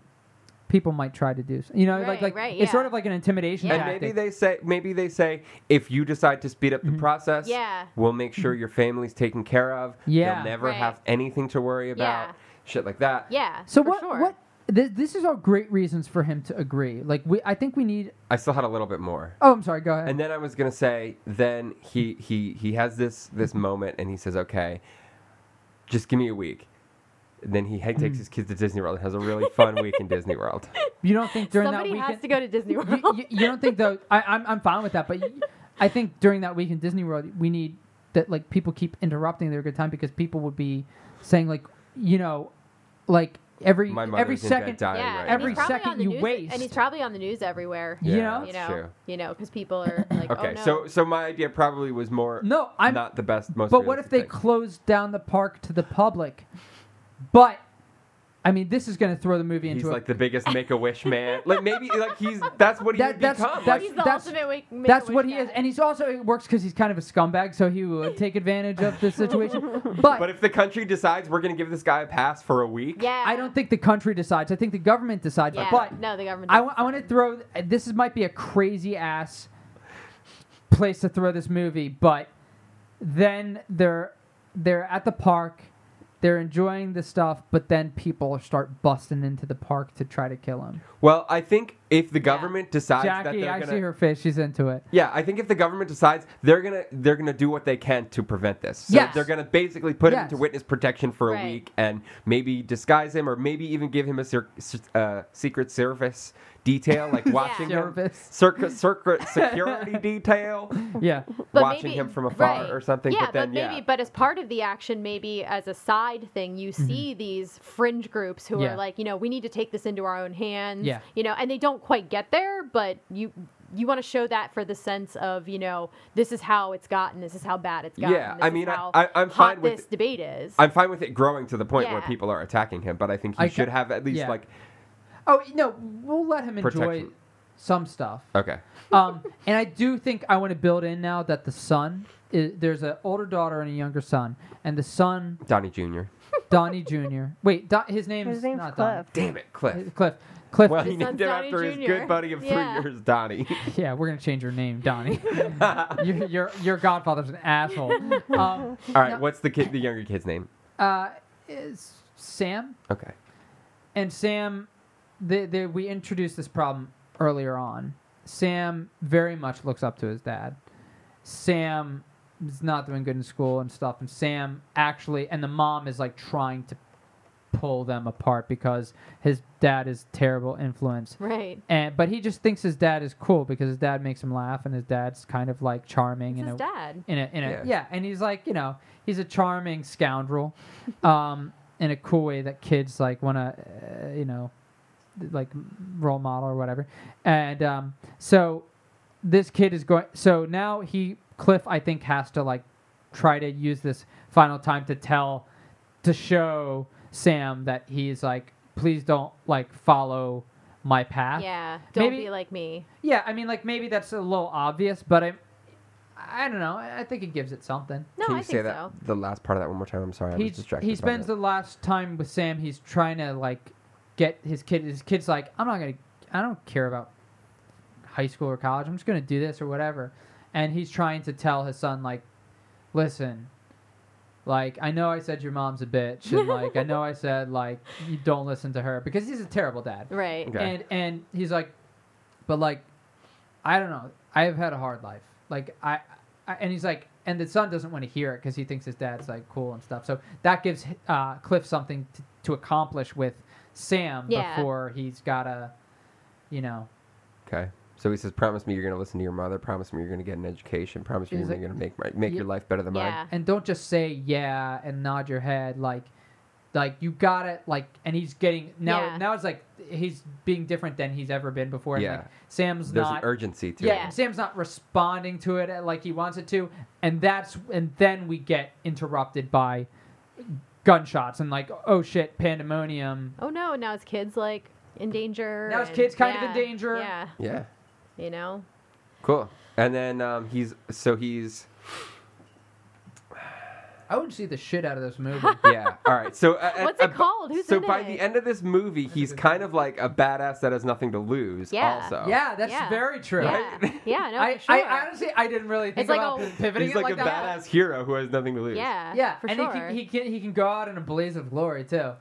Speaker 1: people might try to do s- you know like
Speaker 4: Right,
Speaker 1: like
Speaker 4: right,
Speaker 1: it's sort
Speaker 4: yeah.
Speaker 1: of like an intimidation
Speaker 4: Yeah.
Speaker 3: and
Speaker 1: tactic.
Speaker 3: maybe they say maybe they say if you decide to speed
Speaker 1: Mm-hmm.
Speaker 3: up the process,
Speaker 4: Yeah.
Speaker 3: we'll make sure your family's taken care of.
Speaker 1: Yeah.
Speaker 3: you'll never
Speaker 4: Right.
Speaker 3: have anything to worry about.
Speaker 4: Yeah.
Speaker 3: Shit like that.
Speaker 4: Yeah.
Speaker 1: so
Speaker 4: for
Speaker 1: what
Speaker 4: sure.
Speaker 1: what th- this is all great reasons for him to agree. Like we I think we need
Speaker 3: I still had a little bit more.
Speaker 1: Oh, I'm sorry, go ahead.
Speaker 3: And then I was gonna say, then he he he has this this moment, and he says, "Okay, just give me a week." And then he he
Speaker 1: Mm.
Speaker 3: takes his kids to Disney World and has a really fun week in Disney World.
Speaker 1: you don't think during
Speaker 4: Somebody
Speaker 1: that weekend
Speaker 4: has to go to Disney World.
Speaker 1: you, you, you don't think though? I, I'm I'm fine with that, but you- I think during that week in Disney World, we need that like people keep interrupting their good time because people would be saying like, you know, like every
Speaker 3: My mother's
Speaker 1: every
Speaker 3: in bed
Speaker 1: second,
Speaker 3: dying
Speaker 4: yeah,
Speaker 3: right
Speaker 4: and
Speaker 1: every
Speaker 4: he's
Speaker 3: now.
Speaker 4: probably
Speaker 1: second
Speaker 4: on the
Speaker 1: you
Speaker 4: news, and
Speaker 1: waste.
Speaker 4: he's probably on the news everywhere.
Speaker 1: you know?
Speaker 4: you
Speaker 3: that's
Speaker 4: know,
Speaker 3: true.
Speaker 4: you know, because people are like,
Speaker 3: Okay,
Speaker 4: oh, no.
Speaker 3: so so my idea probably was more
Speaker 1: No, I'm-
Speaker 3: not the best most.
Speaker 1: but what if they
Speaker 3: realistic thing.
Speaker 1: closed down the park to the public? But I mean, this is going to throw the movie
Speaker 3: He's
Speaker 1: into a
Speaker 3: like the biggest Make a Wish man. Like maybe like he's that's what he
Speaker 1: That-
Speaker 3: would
Speaker 1: that's-
Speaker 3: become.
Speaker 1: that's-
Speaker 3: like,
Speaker 4: he's the
Speaker 1: that's-
Speaker 4: ultimate wake-
Speaker 1: That's
Speaker 4: make-a-wish
Speaker 1: what he is,
Speaker 4: guy.
Speaker 1: and he's also it works because he's kind of a scumbag, so he would take advantage of the situation. But,
Speaker 3: but if the country decides we're gonna give this guy a pass for a week,
Speaker 4: yeah,
Speaker 1: I don't think the country decides. I think the government decides.
Speaker 4: Yeah.
Speaker 1: But
Speaker 4: no, the government.
Speaker 1: I want to throw this is might be a crazy ass place to throw this movie, but then they're they're at the park, they're enjoying the stuff, but then people start busting into the park to try to kill him.
Speaker 3: Well, I think if the government decides that
Speaker 1: Jackie,
Speaker 3: they're
Speaker 1: I
Speaker 3: gonna
Speaker 1: see her face; she's into it.
Speaker 3: Yeah, I think if the government decides they're gonna they're gonna do what they can to prevent this. So
Speaker 1: Yes.
Speaker 3: they're gonna basically put him
Speaker 1: Yes.
Speaker 3: into witness protection for a
Speaker 4: Right.
Speaker 3: week and maybe disguise him or maybe even give him a cir- s- uh, secret service detail like watching him
Speaker 1: Service.
Speaker 3: circuit circuit security detail
Speaker 1: Yeah,
Speaker 4: But
Speaker 3: watching
Speaker 4: maybe-
Speaker 3: him from afar
Speaker 4: right.
Speaker 3: or something.
Speaker 4: Yeah,
Speaker 3: but then
Speaker 4: maybe,
Speaker 3: yeah.
Speaker 4: but as part of the action, maybe as a side thing, you
Speaker 3: Mm-hmm.
Speaker 4: see these fringe groups who
Speaker 1: Yeah.
Speaker 4: are like, you know, we need to take this into our own hands.
Speaker 1: Yeah.
Speaker 4: you know, and they don't quite get there, but you you want to show that for the sense of, you know, this is how it's gotten, this is how bad it's gotten.
Speaker 3: Yeah,
Speaker 4: this
Speaker 3: I
Speaker 4: is
Speaker 3: mean, I-
Speaker 4: how
Speaker 3: I- I'm
Speaker 4: hot
Speaker 3: fine with-
Speaker 4: this debate is.
Speaker 3: I'm fine with it growing to the point where
Speaker 4: Yeah.
Speaker 3: people are attacking him, but I think he
Speaker 1: I ca-
Speaker 3: should have at least
Speaker 1: yeah.
Speaker 3: like
Speaker 1: Oh no, we'll let him enjoy
Speaker 3: Protection.
Speaker 1: some stuff.
Speaker 3: okay.
Speaker 1: um, and I do think I want to build in now that the son is, there's an older daughter and a younger son, and the son
Speaker 3: Donnie Jr.
Speaker 1: Donnie Jr. Wait, Don, his name's,
Speaker 2: His name's
Speaker 1: not
Speaker 2: Cliff.
Speaker 3: Damn it, Cliff.
Speaker 1: Donnie. Uh, Cliff. Cliff.
Speaker 3: Well,
Speaker 4: His
Speaker 3: he named
Speaker 4: son's
Speaker 3: him
Speaker 4: Donnie
Speaker 3: after his
Speaker 4: Jr..
Speaker 3: good buddy of
Speaker 4: Yeah.
Speaker 3: three years, Donnie.
Speaker 1: yeah, we're gonna change your name, Donnie. your, your your godfather's an asshole. Um,
Speaker 3: All right, what's the kid, the younger kid's name?
Speaker 1: uh, is Sam
Speaker 3: Okay.
Speaker 1: and Sam, they, they, we introduced this problem earlier on. Sam very much looks up to his dad. Sam is not doing good in school and stuff, and Sam actually, and the mom is like trying to pull them apart because his dad is terrible influence.
Speaker 4: right.
Speaker 1: And but he just thinks his dad is cool because his dad makes him laugh, and his dad's kind of like charming
Speaker 4: It's
Speaker 1: and
Speaker 4: his dad.
Speaker 1: in a in a yeah.
Speaker 3: Yeah.
Speaker 1: and he's like you know he's a charming scoundrel um in a cool way that kids like want to uh, you know like role model or whatever and um so this kid is going so now he cliff i think has to like try to use this final time to tell to show sam that he's like please don't like follow my path
Speaker 4: Yeah, don't
Speaker 1: Maybe-
Speaker 4: be like me.
Speaker 1: yeah i mean like maybe that's a little obvious but i i don't know i I think it gives it something
Speaker 4: No,
Speaker 3: Can
Speaker 4: I
Speaker 3: you
Speaker 4: think
Speaker 3: say that
Speaker 4: so.
Speaker 3: the last part of that one more time? I'm sorry, I
Speaker 1: he,
Speaker 3: was distracted.
Speaker 1: he
Speaker 3: by
Speaker 1: spends
Speaker 3: that.
Speaker 1: the last time with Sam. He's trying to like get his kid. His kid's like, I'm not gonna. I don't care about high school or college. I'm just gonna do this or whatever. And he's trying to tell his son like, listen, like I know I said your mom's a bitch, and like I know I said like you don't listen to her because he's a terrible dad.
Speaker 4: Right.
Speaker 3: Okay.
Speaker 1: And and he's like, but like, I don't know. I have had a hard life. Like I, I and he's like, and the son doesn't want to hear it because he thinks his dad's like cool and stuff. So that gives uh, Cliff something to, to accomplish with Sam
Speaker 4: Yeah.
Speaker 1: before he's gotta, you know,
Speaker 3: Okay. So he says, "Promise me you're going to listen to your mother. Promise me you're going to get an education. Promise me
Speaker 1: He's
Speaker 3: you're
Speaker 1: like-
Speaker 3: going to make my, make
Speaker 1: Yeah.
Speaker 3: your life better than
Speaker 4: Yeah.
Speaker 3: mine."
Speaker 1: and don't just say yeah and nod your head like like you got it like and he's getting now
Speaker 4: Yeah.
Speaker 1: now it's like he's being different than he's ever been before and
Speaker 3: Yeah.
Speaker 1: like sam's
Speaker 3: There's an
Speaker 1: not
Speaker 3: urgency to
Speaker 1: yeah,
Speaker 4: Yeah.
Speaker 1: and sam's not responding to it uh, like he wants it to and that's and then we get interrupted by gunshots and like oh shit pandemonium
Speaker 4: Oh no! Now his kids like in danger.
Speaker 1: Now his
Speaker 4: and-
Speaker 1: kid's kind of
Speaker 4: yeah,
Speaker 1: in danger.
Speaker 4: Yeah,
Speaker 3: it. Yeah.
Speaker 4: you know.
Speaker 3: Cool. And then um, he's so he's
Speaker 1: i would see the shit out of this movie
Speaker 3: yeah. All right. So uh, uh,
Speaker 4: What's it
Speaker 3: ab-
Speaker 4: called? Who's
Speaker 3: so
Speaker 4: in
Speaker 3: by
Speaker 4: it?
Speaker 3: the end of this movie, he's
Speaker 1: good
Speaker 3: kind of like a badass that has nothing to lose.
Speaker 4: Yeah.
Speaker 3: Also.
Speaker 1: yeah that's
Speaker 4: Yeah.
Speaker 1: very true
Speaker 4: Yeah, yeah. No,
Speaker 1: I,
Speaker 4: for sure.
Speaker 1: I honestly i didn't really think
Speaker 4: like
Speaker 1: about
Speaker 4: a-
Speaker 1: pivoting
Speaker 3: He's
Speaker 1: it
Speaker 3: like, a
Speaker 1: that.
Speaker 3: badass hero who has nothing to lose.
Speaker 4: yeah,
Speaker 1: Yeah,
Speaker 4: for
Speaker 1: and
Speaker 4: sure.
Speaker 1: he, can, he can he can go out in a blaze of glory too.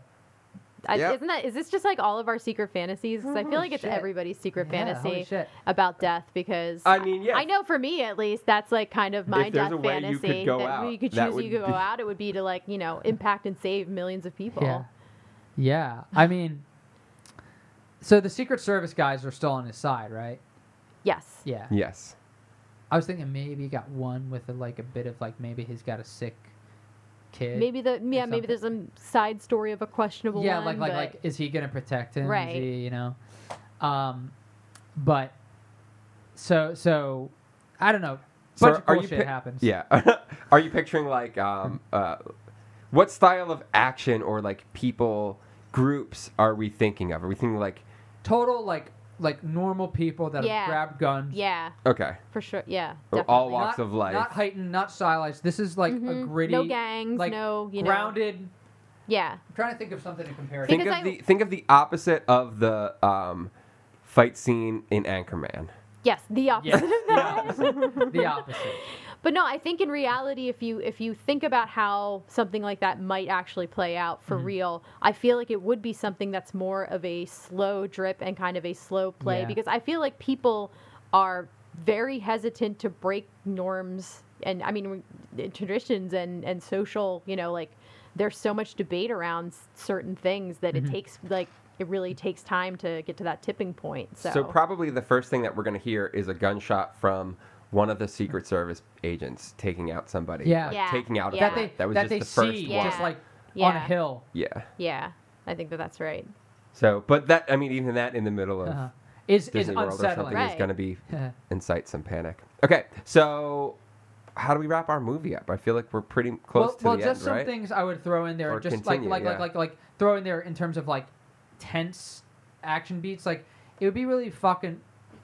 Speaker 4: I,
Speaker 3: Yep.
Speaker 4: Isn't that? Is this just like all of our secret fantasies? 'Cause I feel
Speaker 1: Holy
Speaker 4: like it's
Speaker 1: shit.
Speaker 4: everybody's secret
Speaker 1: Yeah, holy
Speaker 4: fantasy
Speaker 1: shit.
Speaker 4: about death because
Speaker 3: I mean, yeah.
Speaker 4: I know for me at least that's like kind of my
Speaker 3: If there's
Speaker 4: death
Speaker 3: a way you
Speaker 4: fantasy.
Speaker 3: could go
Speaker 4: that
Speaker 3: out,
Speaker 4: you could
Speaker 3: that
Speaker 4: choose, you
Speaker 3: would
Speaker 4: could
Speaker 3: be-
Speaker 4: go out. It would be to like you know impact and save millions of people.
Speaker 1: Yeah. Yeah, I mean, so the Secret Service guys are still on his side, right?
Speaker 4: Yes.
Speaker 1: Yeah.
Speaker 3: Yes.
Speaker 1: I was thinking maybe he got one with a, like a bit of like maybe he's got a sick kid.
Speaker 4: Maybe the yeah maybe
Speaker 1: something.
Speaker 4: there's a side story of a questionable
Speaker 1: yeah,
Speaker 4: one,
Speaker 1: like like
Speaker 4: but-
Speaker 1: like is he gonna protect him? Is
Speaker 4: Right.
Speaker 1: he, you know, um, but so so I don't know.
Speaker 3: So
Speaker 1: Bunch of
Speaker 3: are
Speaker 1: cool
Speaker 3: you
Speaker 1: shit
Speaker 3: pic-
Speaker 1: happens.
Speaker 3: Yeah. Are you picturing like um uh what style of action or like people groups are we thinking of? Are we thinking like
Speaker 1: Total like like normal people that
Speaker 4: Yeah.
Speaker 1: have grabbed guns.
Speaker 4: yeah
Speaker 3: okay,
Speaker 4: for sure yeah
Speaker 3: or
Speaker 4: definitely.
Speaker 3: all walks
Speaker 1: not,
Speaker 3: of life?
Speaker 1: Not heightened, not stylized. This is like a
Speaker 4: Mhm.
Speaker 1: gritty,
Speaker 4: no gangs
Speaker 1: like
Speaker 4: no you know
Speaker 1: grounded.
Speaker 4: yeah
Speaker 1: I'm trying to think of something to compare. it
Speaker 3: think
Speaker 1: to.
Speaker 3: of
Speaker 4: because I-
Speaker 3: the think of the opposite of the um fight scene in Anchorman.
Speaker 4: yes the
Speaker 1: Yes.
Speaker 4: opposite of
Speaker 1: the opposite. The opposite.
Speaker 4: But no, I think in reality, if you if you think about how something like that might actually play out
Speaker 1: Mm-hmm.
Speaker 4: for real, I feel like it would be something that's more of a slow drip and kind of a slow play
Speaker 1: Yeah.
Speaker 4: because I feel like people are very hesitant to break norms and I mean we- traditions and and social, you know, like there's so much debate around s- certain things that
Speaker 1: Mm-hmm.
Speaker 4: it takes like it really takes time to get to that tipping point. So,
Speaker 3: So. probably the first thing that we're gonna hear is a gunshot from one of the Secret Service agents taking out somebody.
Speaker 1: Yeah.
Speaker 3: like,
Speaker 4: Yeah.
Speaker 3: taking out. a
Speaker 4: Yeah.
Speaker 1: That
Speaker 3: cop.
Speaker 1: they
Speaker 3: that was
Speaker 1: that
Speaker 3: just
Speaker 1: they
Speaker 3: the first
Speaker 1: see
Speaker 3: one.
Speaker 1: just like on
Speaker 4: Yeah.
Speaker 1: a hill.
Speaker 3: yeah.
Speaker 4: yeah, I think that that's right.
Speaker 3: So, but that I mean, even that in the middle of
Speaker 1: Uh-huh. Is is
Speaker 3: Disney World or
Speaker 1: unsettling.
Speaker 3: something is
Speaker 4: Right.
Speaker 3: going to be
Speaker 1: Yeah.
Speaker 3: incite some panic. Okay, so how do we wrap our movie up? I feel like we're pretty close
Speaker 1: well,
Speaker 3: to
Speaker 1: well
Speaker 3: the
Speaker 1: just
Speaker 3: end,
Speaker 1: some
Speaker 3: right?
Speaker 1: things I would throw in there,
Speaker 3: Or
Speaker 1: just
Speaker 3: continue,
Speaker 1: like like
Speaker 3: yeah.
Speaker 1: like like like throw in there in terms of like tense action beats. Like it would be really fucking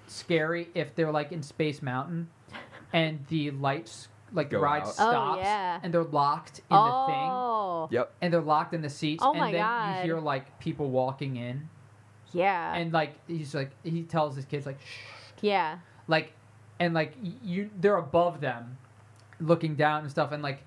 Speaker 1: scary if they're like in Space Mountain, and the lights like the
Speaker 3: Go
Speaker 1: ride
Speaker 3: out. Oh,
Speaker 1: stops
Speaker 4: yeah.
Speaker 1: and they're locked in the thing
Speaker 4: oh,
Speaker 3: Yep.
Speaker 1: and they're locked in the seats
Speaker 4: Oh
Speaker 1: and
Speaker 4: my
Speaker 1: then
Speaker 4: God. Uh.
Speaker 1: you hear like people walking in
Speaker 4: yeah.
Speaker 1: and like he's like he tells his kids like shh
Speaker 4: Yeah.
Speaker 1: like and like y- you they're above them looking down and stuff and like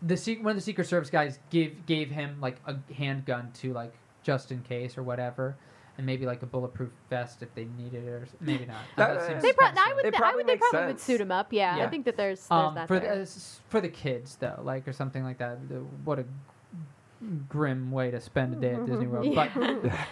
Speaker 1: the sec- one of the secret service guys give gave him like a handgun to like just in case or whatever and maybe like a bulletproof vest if they needed it or s- maybe not
Speaker 3: That-
Speaker 1: seems
Speaker 4: They
Speaker 1: kinda
Speaker 4: probably, I
Speaker 1: silly.
Speaker 4: would,
Speaker 3: It
Speaker 4: th- I
Speaker 3: probably
Speaker 4: would, they
Speaker 3: makes
Speaker 4: probably would
Speaker 3: sense.
Speaker 4: suit him up. Yeah,
Speaker 1: Yeah.
Speaker 4: I think that there's, there's
Speaker 1: um,
Speaker 4: that
Speaker 1: for the,
Speaker 4: there.
Speaker 1: s- for the kids though like or something like that The- what a grim way to spend a day at disney world but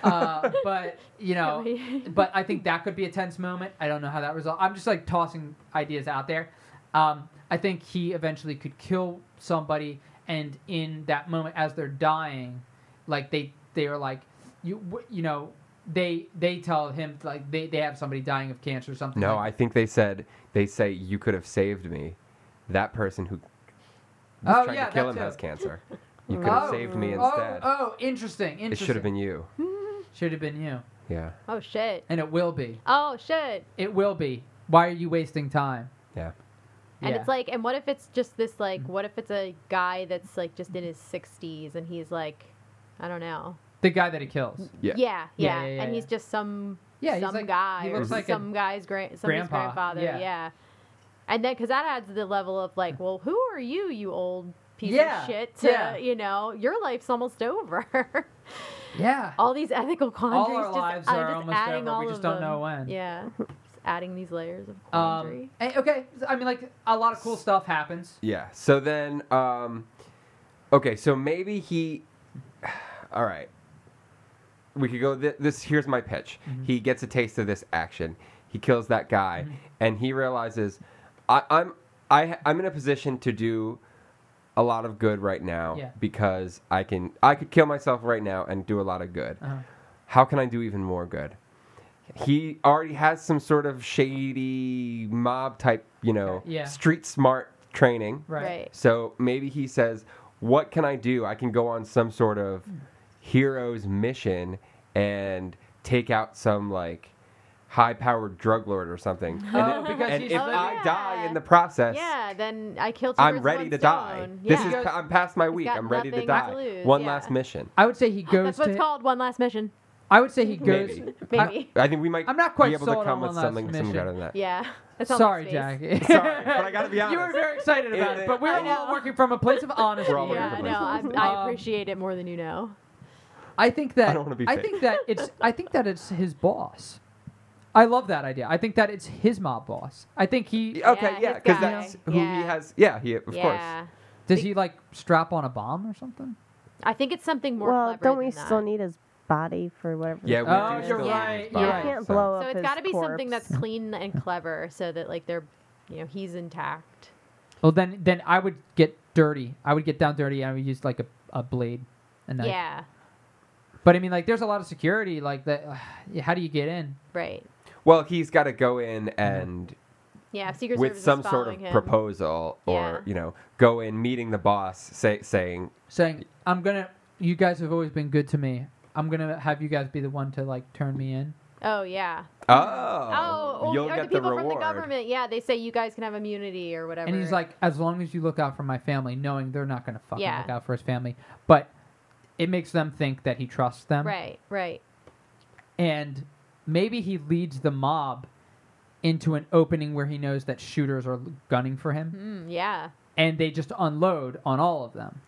Speaker 1: uh, but you know but I think that could be a tense moment. I don't know how that result. I'm just like tossing ideas out there. Um, I think he eventually could kill somebody, and in that moment, as they're dying, like they they are like, you w- you know, they they tell him like they, they have somebody dying of cancer or something.
Speaker 3: No, I
Speaker 1: like,
Speaker 3: think they said they say you could have saved me. That person who was
Speaker 1: Oh,
Speaker 3: trying
Speaker 1: yeah,
Speaker 3: to kill
Speaker 1: that
Speaker 3: him
Speaker 1: too.
Speaker 3: has cancer. You could have
Speaker 1: Oh,
Speaker 3: saved me
Speaker 1: oh,
Speaker 3: instead.
Speaker 1: Oh, interesting.
Speaker 3: it
Speaker 1: Interesting. Hmm.
Speaker 3: should have been you.
Speaker 1: Should have been you,
Speaker 3: Yeah,
Speaker 4: oh shit.
Speaker 1: and it will be.
Speaker 4: Oh shit.
Speaker 1: It will be. Why are you wasting time?
Speaker 3: yeah. Mm.
Speaker 4: And
Speaker 1: Yeah.
Speaker 4: it's like, and what if it's just this like, what if it's a guy that's like just in his 60s and he's like, I don't know.
Speaker 1: the guy that he kills.
Speaker 3: Yeah.
Speaker 4: Yeah, yeah.
Speaker 1: Yeah, yeah, yeah,
Speaker 4: and he's
Speaker 1: yeah.
Speaker 4: just some
Speaker 1: Yeah, he's
Speaker 4: some
Speaker 1: like-
Speaker 4: guy
Speaker 1: he
Speaker 4: or
Speaker 1: looks like a
Speaker 4: some guy's gra- somebody's
Speaker 1: grandpa,
Speaker 4: grandfather.
Speaker 1: yeah.
Speaker 4: Yeah. And then, because that adds the level of like, well, who are you, you old piece
Speaker 1: Yeah,
Speaker 4: of shit? To,
Speaker 1: yeah.
Speaker 4: You know, your life's almost over.
Speaker 1: Yeah.
Speaker 4: all these ethical quandaries.
Speaker 1: our
Speaker 4: just,
Speaker 1: lives
Speaker 4: I'm
Speaker 1: are
Speaker 4: just
Speaker 1: almost
Speaker 4: adding
Speaker 1: over, we
Speaker 4: all
Speaker 1: just
Speaker 4: of
Speaker 1: don't
Speaker 4: them.
Speaker 1: know when.
Speaker 4: Yeah, just adding these layers of quandary.
Speaker 1: Um, eh, okay, I mean, like a lot of cool stuff happens.
Speaker 3: Yeah. So then, um, okay. So maybe he. All
Speaker 1: Mm-hmm.
Speaker 3: right. We could go. Th- this here's my pitch. He gets a taste of this action. He kills that guy, and he realizes, I, I'm I, I'm in a position to do a lot of good right now
Speaker 1: Yeah.
Speaker 3: because I can I could kill myself right now and do a lot of good.
Speaker 1: Uh-huh.
Speaker 3: How can I do even more good? He already has some sort of shady mob type, you know,
Speaker 1: Yeah.
Speaker 3: street smart training.
Speaker 1: Right.
Speaker 4: Right.
Speaker 3: So maybe he says, "What can I do? I can go on some sort of hero's mission and take out some like high-powered drug lord or something." And,
Speaker 1: Oh,
Speaker 3: it-
Speaker 1: because
Speaker 3: and
Speaker 1: he's
Speaker 3: if
Speaker 1: living-
Speaker 3: I die
Speaker 4: Yeah.
Speaker 3: in the process,
Speaker 4: Yeah, then I killed.
Speaker 3: I'm ready to die. This is
Speaker 1: He goes-
Speaker 3: I'm past my week.
Speaker 4: got
Speaker 3: I'm ready to
Speaker 4: nothing to
Speaker 3: die.
Speaker 4: lose,
Speaker 3: One
Speaker 4: yeah.
Speaker 3: last mission.
Speaker 1: I would say he goes
Speaker 4: that's what it's
Speaker 1: to.
Speaker 4: called. One last mission.
Speaker 1: I would say he goes.
Speaker 3: Maybe.
Speaker 4: Maybe.
Speaker 3: I think we might
Speaker 1: I'm not quite
Speaker 3: be able
Speaker 1: sold
Speaker 3: to
Speaker 1: on
Speaker 3: come
Speaker 1: one
Speaker 3: with
Speaker 1: last
Speaker 3: something, something
Speaker 1: mission.
Speaker 3: better than that.
Speaker 4: yeah. That's all
Speaker 1: Sorry,
Speaker 4: my face.
Speaker 1: Jackie.
Speaker 3: Sorry, but I gotta be honest.
Speaker 1: You were very excited about
Speaker 3: It-
Speaker 1: it, but we're
Speaker 4: I know.
Speaker 1: all working from a place of honesty.
Speaker 3: We're all working
Speaker 1: here.
Speaker 4: Yeah,
Speaker 3: Whatever.
Speaker 4: no, I,
Speaker 1: Um,
Speaker 4: I appreciate it more than you know.
Speaker 1: I think that
Speaker 3: I don't wanna be
Speaker 1: I
Speaker 3: fake.
Speaker 1: think that it's I think that it's his boss. I love that idea. I think that it's his mob boss. I think he
Speaker 3: Yeah, Oh. Okay,
Speaker 4: Yeah,
Speaker 3: yeah,
Speaker 4: his
Speaker 3: because
Speaker 4: guy.
Speaker 3: that's who he
Speaker 4: Yeah.
Speaker 3: has. Yeah, he of course.
Speaker 4: yeah.
Speaker 1: does he like strap on a bomb or something?
Speaker 4: I think it's something more
Speaker 2: well,
Speaker 4: clever
Speaker 2: don't we
Speaker 4: than that.
Speaker 2: still need his body for whatever?
Speaker 3: Yeah, we
Speaker 1: Oh,
Speaker 3: do
Speaker 1: you're
Speaker 3: still need
Speaker 1: right, you're
Speaker 2: You
Speaker 3: Bob,
Speaker 1: right.
Speaker 2: can't
Speaker 3: so-
Speaker 2: blow up
Speaker 4: so it's
Speaker 2: his
Speaker 4: got to be something
Speaker 2: corpse.
Speaker 4: that's clean and clever so that like they're you know he's intact
Speaker 1: Well, then then I would get dirty. I would get down dirty. and I would use like a, a blade, and then
Speaker 4: yeah
Speaker 1: But I mean, like, there's a lot of security. Like that, uh, how do you get in?
Speaker 4: right
Speaker 3: Well, he's got to go in
Speaker 1: Mm-hmm.
Speaker 3: and
Speaker 4: yeah secret
Speaker 3: with
Speaker 4: service
Speaker 3: some
Speaker 4: is
Speaker 3: sort of
Speaker 4: following him.
Speaker 3: proposal or
Speaker 4: Yeah.
Speaker 3: you know go in meeting the boss say, saying
Speaker 1: Saying, I'm gonna. You guys have always been good to me. I'm gonna have you guys be the one to like turn me in.
Speaker 4: oh yeah
Speaker 3: oh,
Speaker 4: oh well,
Speaker 3: you'll
Speaker 4: or
Speaker 3: get
Speaker 4: the people
Speaker 3: reward
Speaker 4: from the government yeah they say you guys can have immunity or whatever
Speaker 1: And he's like, as long as you look out for my family, knowing they're not gonna fucking
Speaker 4: Yeah.
Speaker 1: look out for his family, but it makes them think that he trusts them.
Speaker 4: right right
Speaker 1: And maybe he leads the mob into an opening where he knows that shooters are gunning for him,
Speaker 4: mm, yeah
Speaker 1: and they just unload on all of them.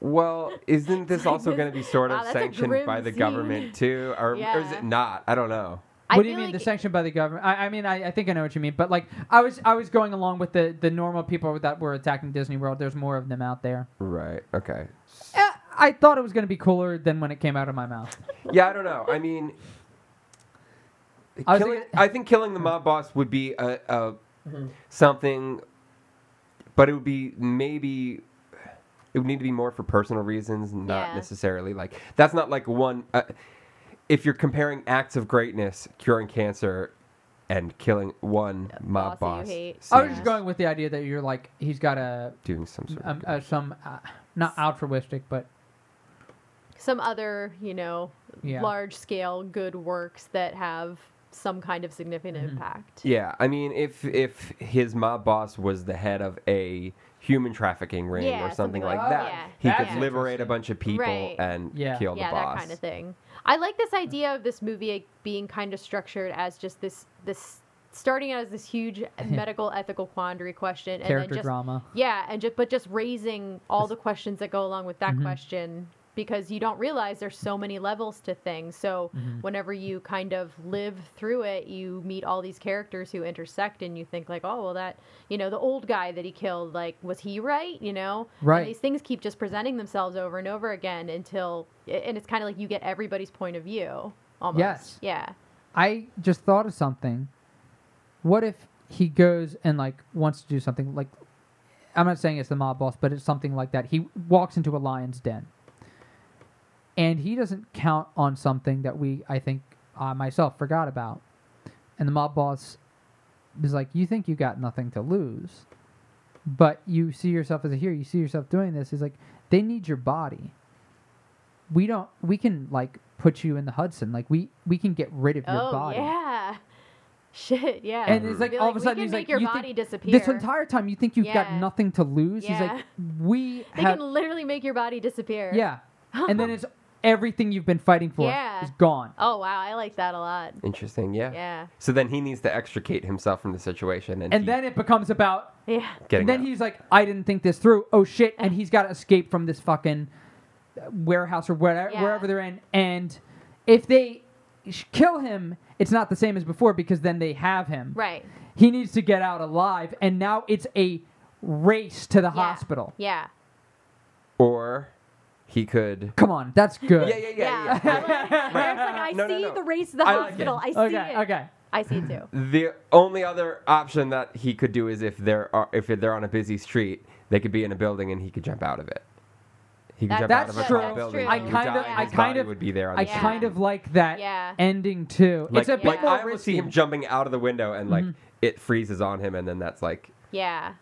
Speaker 3: well isn't this also going to be sort of
Speaker 4: Wow, Ah, that's a
Speaker 3: sanctioned
Speaker 4: grim
Speaker 3: by the
Speaker 4: scene.
Speaker 3: government too or, or is
Speaker 4: Yeah.
Speaker 3: it not i don't know
Speaker 1: What do
Speaker 4: I
Speaker 1: you
Speaker 4: feel
Speaker 1: mean
Speaker 4: like-
Speaker 1: the sanction by the government? I, I mean, I, I think I know what you mean, but like, I was I was going along with the the normal people that were attacking Disney World. There's more of them out there.
Speaker 3: right okay
Speaker 1: Eh, I thought it was going to be cooler than when it came out of my mouth.
Speaker 3: yeah i don't know i mean
Speaker 1: I was
Speaker 3: killing,
Speaker 1: thinking- Mm-hmm.
Speaker 3: i think killing the mob boss would be a, a something but it would be maybe it would need to be more for personal reasons not
Speaker 4: Yeah.
Speaker 3: necessarily like that's not like one uh, if you're comparing acts of greatness curing cancer and killing one mob
Speaker 4: boss that you
Speaker 3: boss
Speaker 4: hate.
Speaker 1: I was
Speaker 3: seems
Speaker 1: just going with the idea that you're like he's got a,
Speaker 3: doing some sort of
Speaker 1: um,
Speaker 3: good.
Speaker 1: uh some uh, not altruistic, but
Speaker 4: some other you know
Speaker 1: Yeah.
Speaker 4: large scale good works that have some kind of significant
Speaker 1: Mm-hmm.
Speaker 4: impact
Speaker 3: yeah i mean if if his mob boss was the head of a human trafficking ring
Speaker 4: Yeah,
Speaker 3: or something
Speaker 4: something like
Speaker 3: like
Speaker 4: that. Oh,
Speaker 3: that
Speaker 4: Yeah.
Speaker 3: he
Speaker 1: That's
Speaker 3: could liberate a
Speaker 1: interesting.
Speaker 3: bunch of people
Speaker 4: Right.
Speaker 3: and
Speaker 1: Yeah.
Speaker 3: kill the
Speaker 4: yeah,
Speaker 3: boss
Speaker 4: that kind of thing. I like this idea of this movie like, being kind of structured as just this this starting out as this huge medical ethical quandary question, and
Speaker 1: character
Speaker 4: then just
Speaker 1: drama.
Speaker 4: yeah, and just but just raising all the questions that go along with
Speaker 1: Mm-hmm.
Speaker 4: that question because you don't realize there's so many levels to things. So
Speaker 1: Mm-hmm.
Speaker 4: whenever you kind of live through it, you meet all these characters who intersect and you think like, "Oh, well that, you know, the old guy that he killed, like was he right?" you know? And
Speaker 1: Right.
Speaker 4: these things keep just presenting themselves over and over again until and it's kind of like you get everybody's point of view almost.
Speaker 1: Yes.
Speaker 4: Yeah.
Speaker 1: I just thought of something. What if he goes and like wants to do something like I'm not saying it's the mob boss, but it's something like that. He walks into a lion's den. And he doesn't count on something that we I think I myself forgot about. And the mob boss is like, "You think you got nothing to lose, but you see yourself as a hero. You see yourself doing this." He's like, "They need your body. We don't we can like put you in the Hudson. Like we we can get rid of your
Speaker 4: oh,
Speaker 1: body."
Speaker 4: yeah. Shit, yeah.
Speaker 1: And it's like
Speaker 4: Be
Speaker 1: all of a
Speaker 4: "We
Speaker 1: sudden
Speaker 4: can
Speaker 1: he's
Speaker 4: make
Speaker 1: like,
Speaker 4: your
Speaker 1: you
Speaker 4: body
Speaker 1: think
Speaker 4: disappear.
Speaker 1: this entire time you think you've got
Speaker 4: Yeah.
Speaker 1: nothing to lose. He's
Speaker 4: Yeah.
Speaker 1: like, we
Speaker 4: They
Speaker 1: have,
Speaker 4: can literally make your body disappear.
Speaker 1: yeah, and then it's everything you've been fighting for
Speaker 4: Yeah.
Speaker 1: is gone.
Speaker 4: Oh wow, I like that a lot.
Speaker 3: interesting yeah
Speaker 4: Yeah.
Speaker 3: So then he needs to extricate himself from the situation, and,
Speaker 1: And
Speaker 3: he-
Speaker 1: then it becomes about.
Speaker 4: Yeah.
Speaker 3: getting
Speaker 1: and then
Speaker 3: out.
Speaker 1: he's like, I didn't think this through. Oh shit! And he's got to escape from this fucking uh, warehouse or wherever,
Speaker 4: Yeah.
Speaker 1: wherever they're in. And if they sh- kill him, it's not the same as before because then they have him.
Speaker 4: Right.
Speaker 1: He needs to get out alive, and now it's a race to the
Speaker 4: Yeah.
Speaker 1: hospital.
Speaker 4: Yeah.
Speaker 3: or he could.
Speaker 1: Come on, that's good.
Speaker 3: Yeah, yeah, yeah, yeah.
Speaker 4: Yeah. I like- Eric's like, I
Speaker 3: No, no,
Speaker 4: see
Speaker 3: no.
Speaker 4: the race of the
Speaker 3: I like it.
Speaker 4: hospital. I see
Speaker 1: Okay,
Speaker 4: it.
Speaker 1: okay.
Speaker 4: I see it too.
Speaker 3: The only other option that he could do is if they're are, if they're on a busy street, they could be in a building and he could jump out of it. He could
Speaker 4: That-
Speaker 3: jump out
Speaker 1: that's
Speaker 3: of a
Speaker 1: true.
Speaker 3: tall
Speaker 1: That's
Speaker 3: building.
Speaker 4: true.
Speaker 3: and
Speaker 4: I
Speaker 3: he would
Speaker 1: kinda-
Speaker 3: die and
Speaker 1: I
Speaker 3: his body
Speaker 1: kind of-
Speaker 3: would be there. On
Speaker 1: I
Speaker 3: the
Speaker 4: Yeah.
Speaker 1: kind of like that
Speaker 4: Yeah.
Speaker 1: ending too.
Speaker 3: Like,
Speaker 1: it's a bit
Speaker 3: like,
Speaker 1: more
Speaker 3: I almost see him
Speaker 1: risky. Mm-hmm.
Speaker 3: jumping out of the window and like it freezes on him, and then that's like
Speaker 4: Yeah.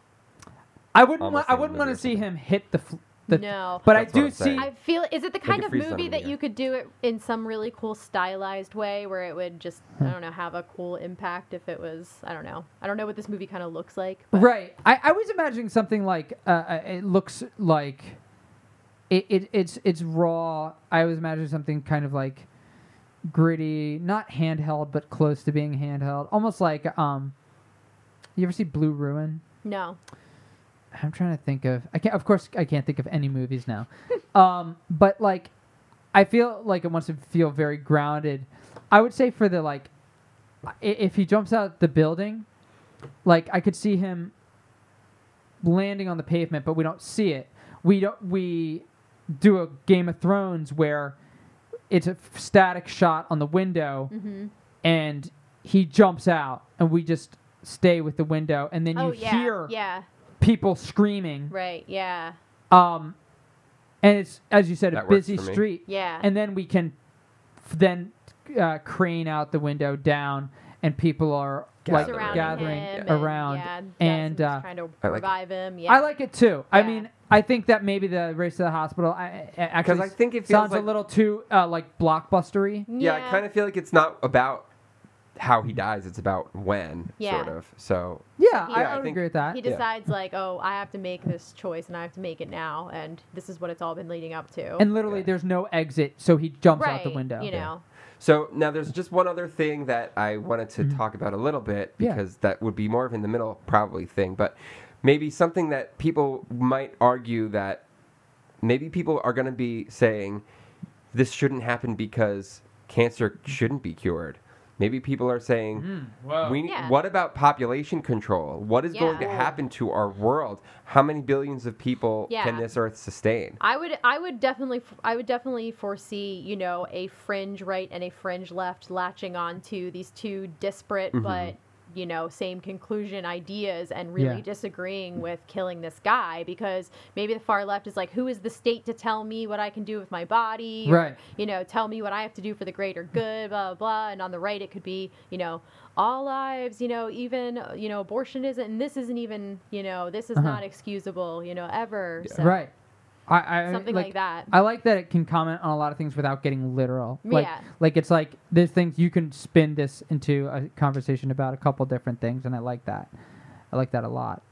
Speaker 1: I wouldn't.
Speaker 3: almost
Speaker 1: Want, I
Speaker 3: on the
Speaker 1: wouldn't want to
Speaker 3: river
Speaker 1: see
Speaker 3: something.
Speaker 1: him hit the. Fl- the
Speaker 4: No.
Speaker 1: But
Speaker 3: That's
Speaker 1: I
Speaker 3: what
Speaker 1: do
Speaker 3: I'm
Speaker 1: see.
Speaker 3: saying.
Speaker 4: I feel is it the
Speaker 3: Like
Speaker 4: kind
Speaker 3: it
Speaker 4: of
Speaker 3: freezes on
Speaker 4: movie
Speaker 3: the
Speaker 4: that
Speaker 3: air.
Speaker 4: you could do it in some really cool stylized way where it would just
Speaker 1: Hmm.
Speaker 4: I don't know have a cool impact if it was I don't know I don't know what this movie kind of looks like but
Speaker 1: Right. I, I was imagining something like uh, uh, it looks like it, it it's it's raw. I was imagining something kind of like gritty, not handheld, but close to being handheld. Almost like um, you ever see Blue Ruin?
Speaker 4: no
Speaker 1: I'm trying to think of. I can't. Of course, I can't think of any movies now. um, but like, I feel like it wants to feel very grounded. I would say for the like, i- if he jumps out the building, like I could see him landing on the pavement, but we don't see it. We don't. We do a Game of Thrones where it's a f- static shot on the window,
Speaker 4: mm-hmm.
Speaker 1: and he jumps out, and we just stay with the window, and then
Speaker 4: oh
Speaker 1: you
Speaker 4: yeah
Speaker 1: hear
Speaker 4: yeah
Speaker 1: people screaming.
Speaker 4: right yeah
Speaker 1: Um, and it's as you said,
Speaker 3: That
Speaker 1: a
Speaker 3: works
Speaker 1: busy
Speaker 3: for me.
Speaker 1: street.
Speaker 4: yeah
Speaker 1: And then we can f- then uh, crane out the window down, and people are like
Speaker 3: Surrounding
Speaker 1: gathering
Speaker 4: him and-
Speaker 1: around.
Speaker 4: yeah,
Speaker 1: and,
Speaker 4: Dazzle's
Speaker 1: uh,
Speaker 4: trying to
Speaker 3: I like it.
Speaker 4: revive him yeah
Speaker 1: I like it too. I
Speaker 4: Yeah.
Speaker 1: mean, I think that maybe the race to the hospital I, I- actually
Speaker 3: I think it feels
Speaker 1: sounds
Speaker 3: like-
Speaker 1: a little too uh, like blockbustery.
Speaker 3: yeah. I kind of feel like it's not about how he dies; it's about when,
Speaker 4: Yeah.
Speaker 3: sort of. So
Speaker 1: Yeah,
Speaker 4: He-
Speaker 1: I,
Speaker 4: Yeah, I
Speaker 1: would
Speaker 3: think
Speaker 1: agree with that.
Speaker 4: he
Speaker 3: yeah.
Speaker 4: decides like oh I have to make this choice and I have to make it now and this is what it's all been leading up to
Speaker 1: and literally,
Speaker 3: Yeah.
Speaker 1: there's no exit, so he jumps
Speaker 4: right
Speaker 1: out the window.
Speaker 4: you know
Speaker 3: So now there's just one other thing that I wanted to talk about a little bit
Speaker 1: Yeah.
Speaker 3: because that would be more of in the middle probably thing, but maybe something that people might argue that maybe people are going to be saying this shouldn't happen because cancer shouldn't be cured. Maybe people are saying we need-
Speaker 4: Yeah.
Speaker 3: what about population control? What is going to
Speaker 4: Yeah.
Speaker 3: happen to our world? How many billions of people
Speaker 4: Yeah.
Speaker 3: can this earth sustain?
Speaker 4: I would I would definitely I would definitely foresee you know a fringe right and a fringe left latching on to these two disparate
Speaker 1: Mm-hmm.
Speaker 4: but you know same conclusion ideas and really
Speaker 1: Yeah.
Speaker 4: disagreeing with killing this guy because maybe the far left is like who is the state to tell me what I can do with my body Or,
Speaker 1: Right.
Speaker 4: you know tell me what I have to do for the greater good blah blah, blah. and on the right it could be you know all lives you know even you know abortion isn't and this isn't even you know this is
Speaker 1: Uh-huh.
Speaker 4: not excusable you know ever so
Speaker 1: Right. I, I
Speaker 4: something like that
Speaker 1: I like that it can comment on a lot of things without getting literal. Like,
Speaker 4: Yeah.
Speaker 1: like it's like there's things you can spin this into a conversation about a couple different things, and I like that. I like that a lot.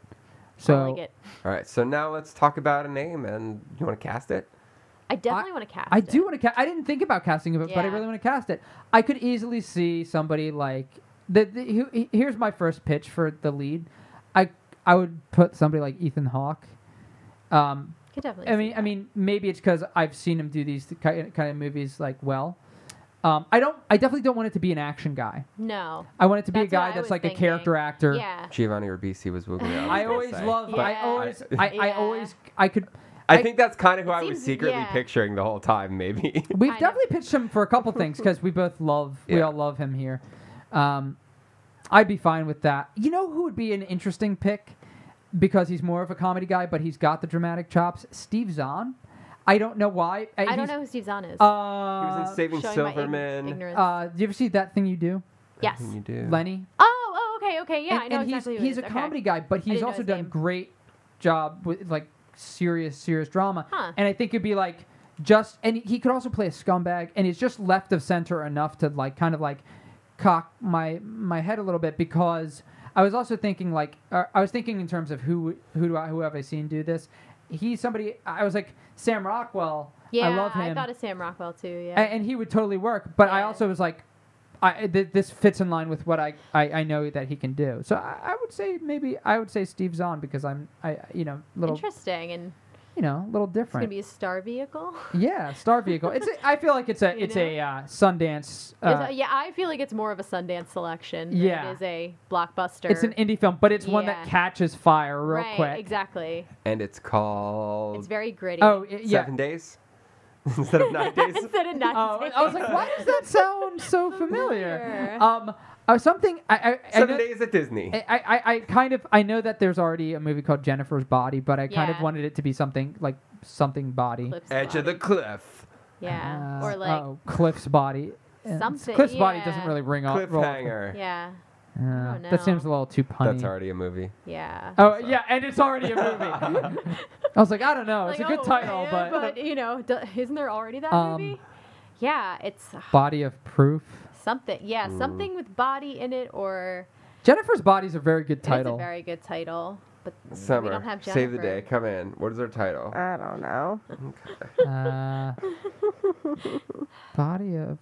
Speaker 1: So
Speaker 4: I like it.
Speaker 3: All right, so now let's talk about a name and you want to cast it?
Speaker 4: I definitely want to cast.
Speaker 1: I
Speaker 4: it.
Speaker 1: do want to. Ca- I didn't think about casting it, but I
Speaker 4: Yeah.
Speaker 1: really want to cast it. I could easily see somebody like the, the who, he- Here's my first pitch for the lead. I I would put somebody like Ethan Hawke. Um,
Speaker 4: Could definitely.
Speaker 1: I
Speaker 4: see
Speaker 1: mean, I
Speaker 4: that.
Speaker 1: mean, maybe it's because I've seen him do these kind of, kind of movies like well. Um, I don't. I definitely don't want it to be an action guy.
Speaker 4: no.
Speaker 1: I want it to be
Speaker 4: That's
Speaker 1: a
Speaker 4: what
Speaker 1: guy
Speaker 4: I
Speaker 1: that's
Speaker 4: was
Speaker 1: like a
Speaker 4: thinking.
Speaker 1: character actor.
Speaker 4: Yeah.
Speaker 3: Giovanni Ribisi was Wiggly.
Speaker 1: I always love. I
Speaker 4: Yeah.
Speaker 1: always. I, I
Speaker 4: Yeah.
Speaker 1: always. I could.
Speaker 3: I
Speaker 1: I-
Speaker 3: think that's kind of who
Speaker 4: It
Speaker 3: I was
Speaker 4: seems-
Speaker 3: secretly
Speaker 4: yeah.
Speaker 3: picturing the whole time, maybe.
Speaker 1: We've
Speaker 4: Kind of.
Speaker 1: definitely pitched him for a couple things because we both love. We
Speaker 3: Yeah.
Speaker 1: all love him here. Um, I'd be fine with that. You know who would be an interesting pick because he's more of a comedy guy, but he's got the dramatic chops. Steve Zahn. I don't know why. Uh,
Speaker 4: I don't
Speaker 1: he's-
Speaker 4: know who Steve Zahn is.
Speaker 1: Uh,
Speaker 3: he was in Saving
Speaker 4: Showing my ign-
Speaker 3: Silverman.
Speaker 4: ignorance.
Speaker 1: Uh, do you ever see that thing you do,
Speaker 4: yes.
Speaker 3: You
Speaker 4: Oh,
Speaker 3: do.
Speaker 1: Lenny?
Speaker 4: oh, okay, okay, yeah,
Speaker 1: and,
Speaker 4: I know
Speaker 1: and he's
Speaker 4: exactly who it
Speaker 1: he's
Speaker 4: is.
Speaker 1: a
Speaker 4: Okay.
Speaker 1: comedy guy, but
Speaker 4: didn't
Speaker 1: he's
Speaker 4: know
Speaker 1: also
Speaker 4: his
Speaker 1: done
Speaker 4: name.
Speaker 1: great job with like serious serious drama.
Speaker 4: Huh.
Speaker 1: And I think it'd be like just and he could also play a scumbag, and he's just left of center enough to like kind of like cock my my head a little bit because I was also thinking like uh, I was thinking in terms of who who do I who have I seen do this. He's somebody I was like Sam Rockwell.
Speaker 4: Yeah,
Speaker 1: I love him.
Speaker 4: thought of Sam Rockwell too. Yeah.
Speaker 1: A- and, he would totally work. But I
Speaker 4: Yeah.
Speaker 1: also was like, I th- this fits in line with what I, I, I know that he can do. So I, I would say maybe I would say Steve Zahn because I'm I you know little
Speaker 4: Interesting, and
Speaker 1: you know a little
Speaker 4: it's gonna
Speaker 1: different.
Speaker 4: be a star vehicle.
Speaker 1: yeah, Star Vehicle. It's a, I feel like it's a
Speaker 4: You
Speaker 1: it's
Speaker 4: know?
Speaker 1: a uh, Sundance.
Speaker 4: Is-
Speaker 1: Uh,
Speaker 4: yeah, I feel like it's more of a Sundance selection. than
Speaker 1: Yeah.
Speaker 4: it is a blockbuster.
Speaker 1: it's an indie film, but it's one that
Speaker 4: Yeah.
Speaker 1: catches fire real
Speaker 4: right,
Speaker 1: quick.
Speaker 4: Exactly.
Speaker 3: And it's called
Speaker 4: It's very gritty.
Speaker 1: Oh i- yeah.
Speaker 3: Seven Days instead of Nine Days.
Speaker 4: Instead of
Speaker 1: Oh,
Speaker 4: not.
Speaker 1: I was like, why does that sound so familiar?
Speaker 4: Familiar.
Speaker 1: Um, Oh, something. I I, I,
Speaker 3: Seven
Speaker 1: know,
Speaker 3: days at Disney.
Speaker 1: I, I I kind of I know that there's already a movie called Jennifer's Body, but I kind of
Speaker 4: Yeah.
Speaker 1: wanted it to be something like something body.
Speaker 4: Cliff's
Speaker 3: Edge of the
Speaker 4: body.
Speaker 3: cliff.
Speaker 4: yeah,
Speaker 1: Uh,
Speaker 4: or like
Speaker 1: oh, Cliff's body. Uh,
Speaker 4: Something,
Speaker 1: Cliff's body doesn't
Speaker 4: yeah.
Speaker 1: really ring off. roll off the-
Speaker 3: Cliffhanger. Oh,
Speaker 4: yeah,
Speaker 1: Yeah,
Speaker 4: don't know.
Speaker 1: that seems a little too punny.
Speaker 3: That's already a movie.
Speaker 4: yeah.
Speaker 1: Oh yeah, and it's already a movie. I was like, I don't know, it's
Speaker 4: Like,
Speaker 1: a good
Speaker 4: oh,
Speaker 1: title,
Speaker 4: yeah,
Speaker 1: but,
Speaker 4: you know, d- isn't there already that
Speaker 1: Um,
Speaker 4: movie? Yeah, it's ugh,
Speaker 1: Body of Proof.
Speaker 4: something. Yeah,
Speaker 3: Mm.
Speaker 4: something with body in it, or
Speaker 1: Jennifer's Body's a very good
Speaker 4: It's a
Speaker 1: title.
Speaker 4: very good title, but
Speaker 3: Summer.
Speaker 4: we don't have
Speaker 3: Save the
Speaker 4: Jennifer.
Speaker 3: day. Come in. What is our title?
Speaker 2: I don't know.
Speaker 1: uh, body of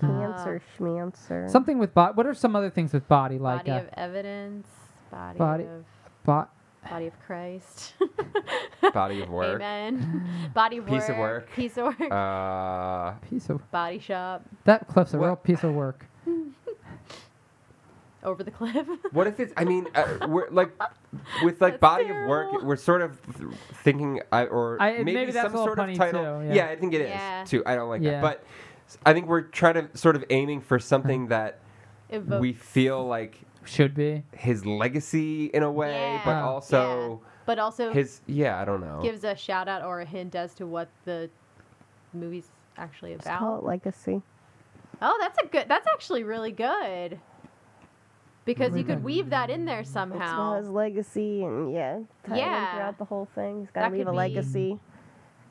Speaker 2: Cancer, schmancer.
Speaker 1: something with body. What are some other things with body like?
Speaker 4: body
Speaker 1: uh,
Speaker 4: of evidence, body,
Speaker 1: body-
Speaker 4: of
Speaker 1: bo-
Speaker 4: body of Christ.
Speaker 3: Body of work.
Speaker 4: Amen. Body of
Speaker 3: Piece
Speaker 4: work.
Speaker 3: of work.
Speaker 4: Piece of work.
Speaker 3: Uh,
Speaker 1: piece of
Speaker 4: body shop.
Speaker 1: that cliff's a
Speaker 3: What-
Speaker 1: real piece of work.
Speaker 4: Over the cliff.
Speaker 3: what if it's? I mean, uh, we're like with like
Speaker 4: That's
Speaker 3: body of work.
Speaker 4: terrible.
Speaker 3: We're sort of th- thinking, I, or
Speaker 1: I-
Speaker 3: maybe,
Speaker 1: maybe that's
Speaker 3: some
Speaker 1: a little
Speaker 3: sort of
Speaker 1: punny
Speaker 3: title.
Speaker 1: too,
Speaker 3: yeah.
Speaker 1: yeah.
Speaker 3: I think it is
Speaker 4: Yeah.
Speaker 3: too. I don't like
Speaker 1: Yeah.
Speaker 3: that, but s- I think we're trying to sort of aiming for something that
Speaker 4: Evoke.
Speaker 3: we feel like
Speaker 1: Should be.
Speaker 3: his legacy in a way,
Speaker 4: Yeah.
Speaker 3: but
Speaker 1: Yeah.
Speaker 3: also
Speaker 4: but also
Speaker 3: his. Yeah, I don't know.
Speaker 4: gives a shout out or a hint as to what the movie's actually
Speaker 2: Just call
Speaker 4: about.
Speaker 2: it legacy.
Speaker 4: Oh, that's a good. That's actually really good. Because you could
Speaker 1: Mhm.
Speaker 4: weave that in there
Speaker 2: It's about his
Speaker 4: somehow.
Speaker 2: legacy and yeah, tie yeah.
Speaker 4: Yeah.
Speaker 2: throughout the whole thing. He's
Speaker 4: That
Speaker 2: got to leave
Speaker 4: could
Speaker 2: a
Speaker 4: be-
Speaker 2: legacy.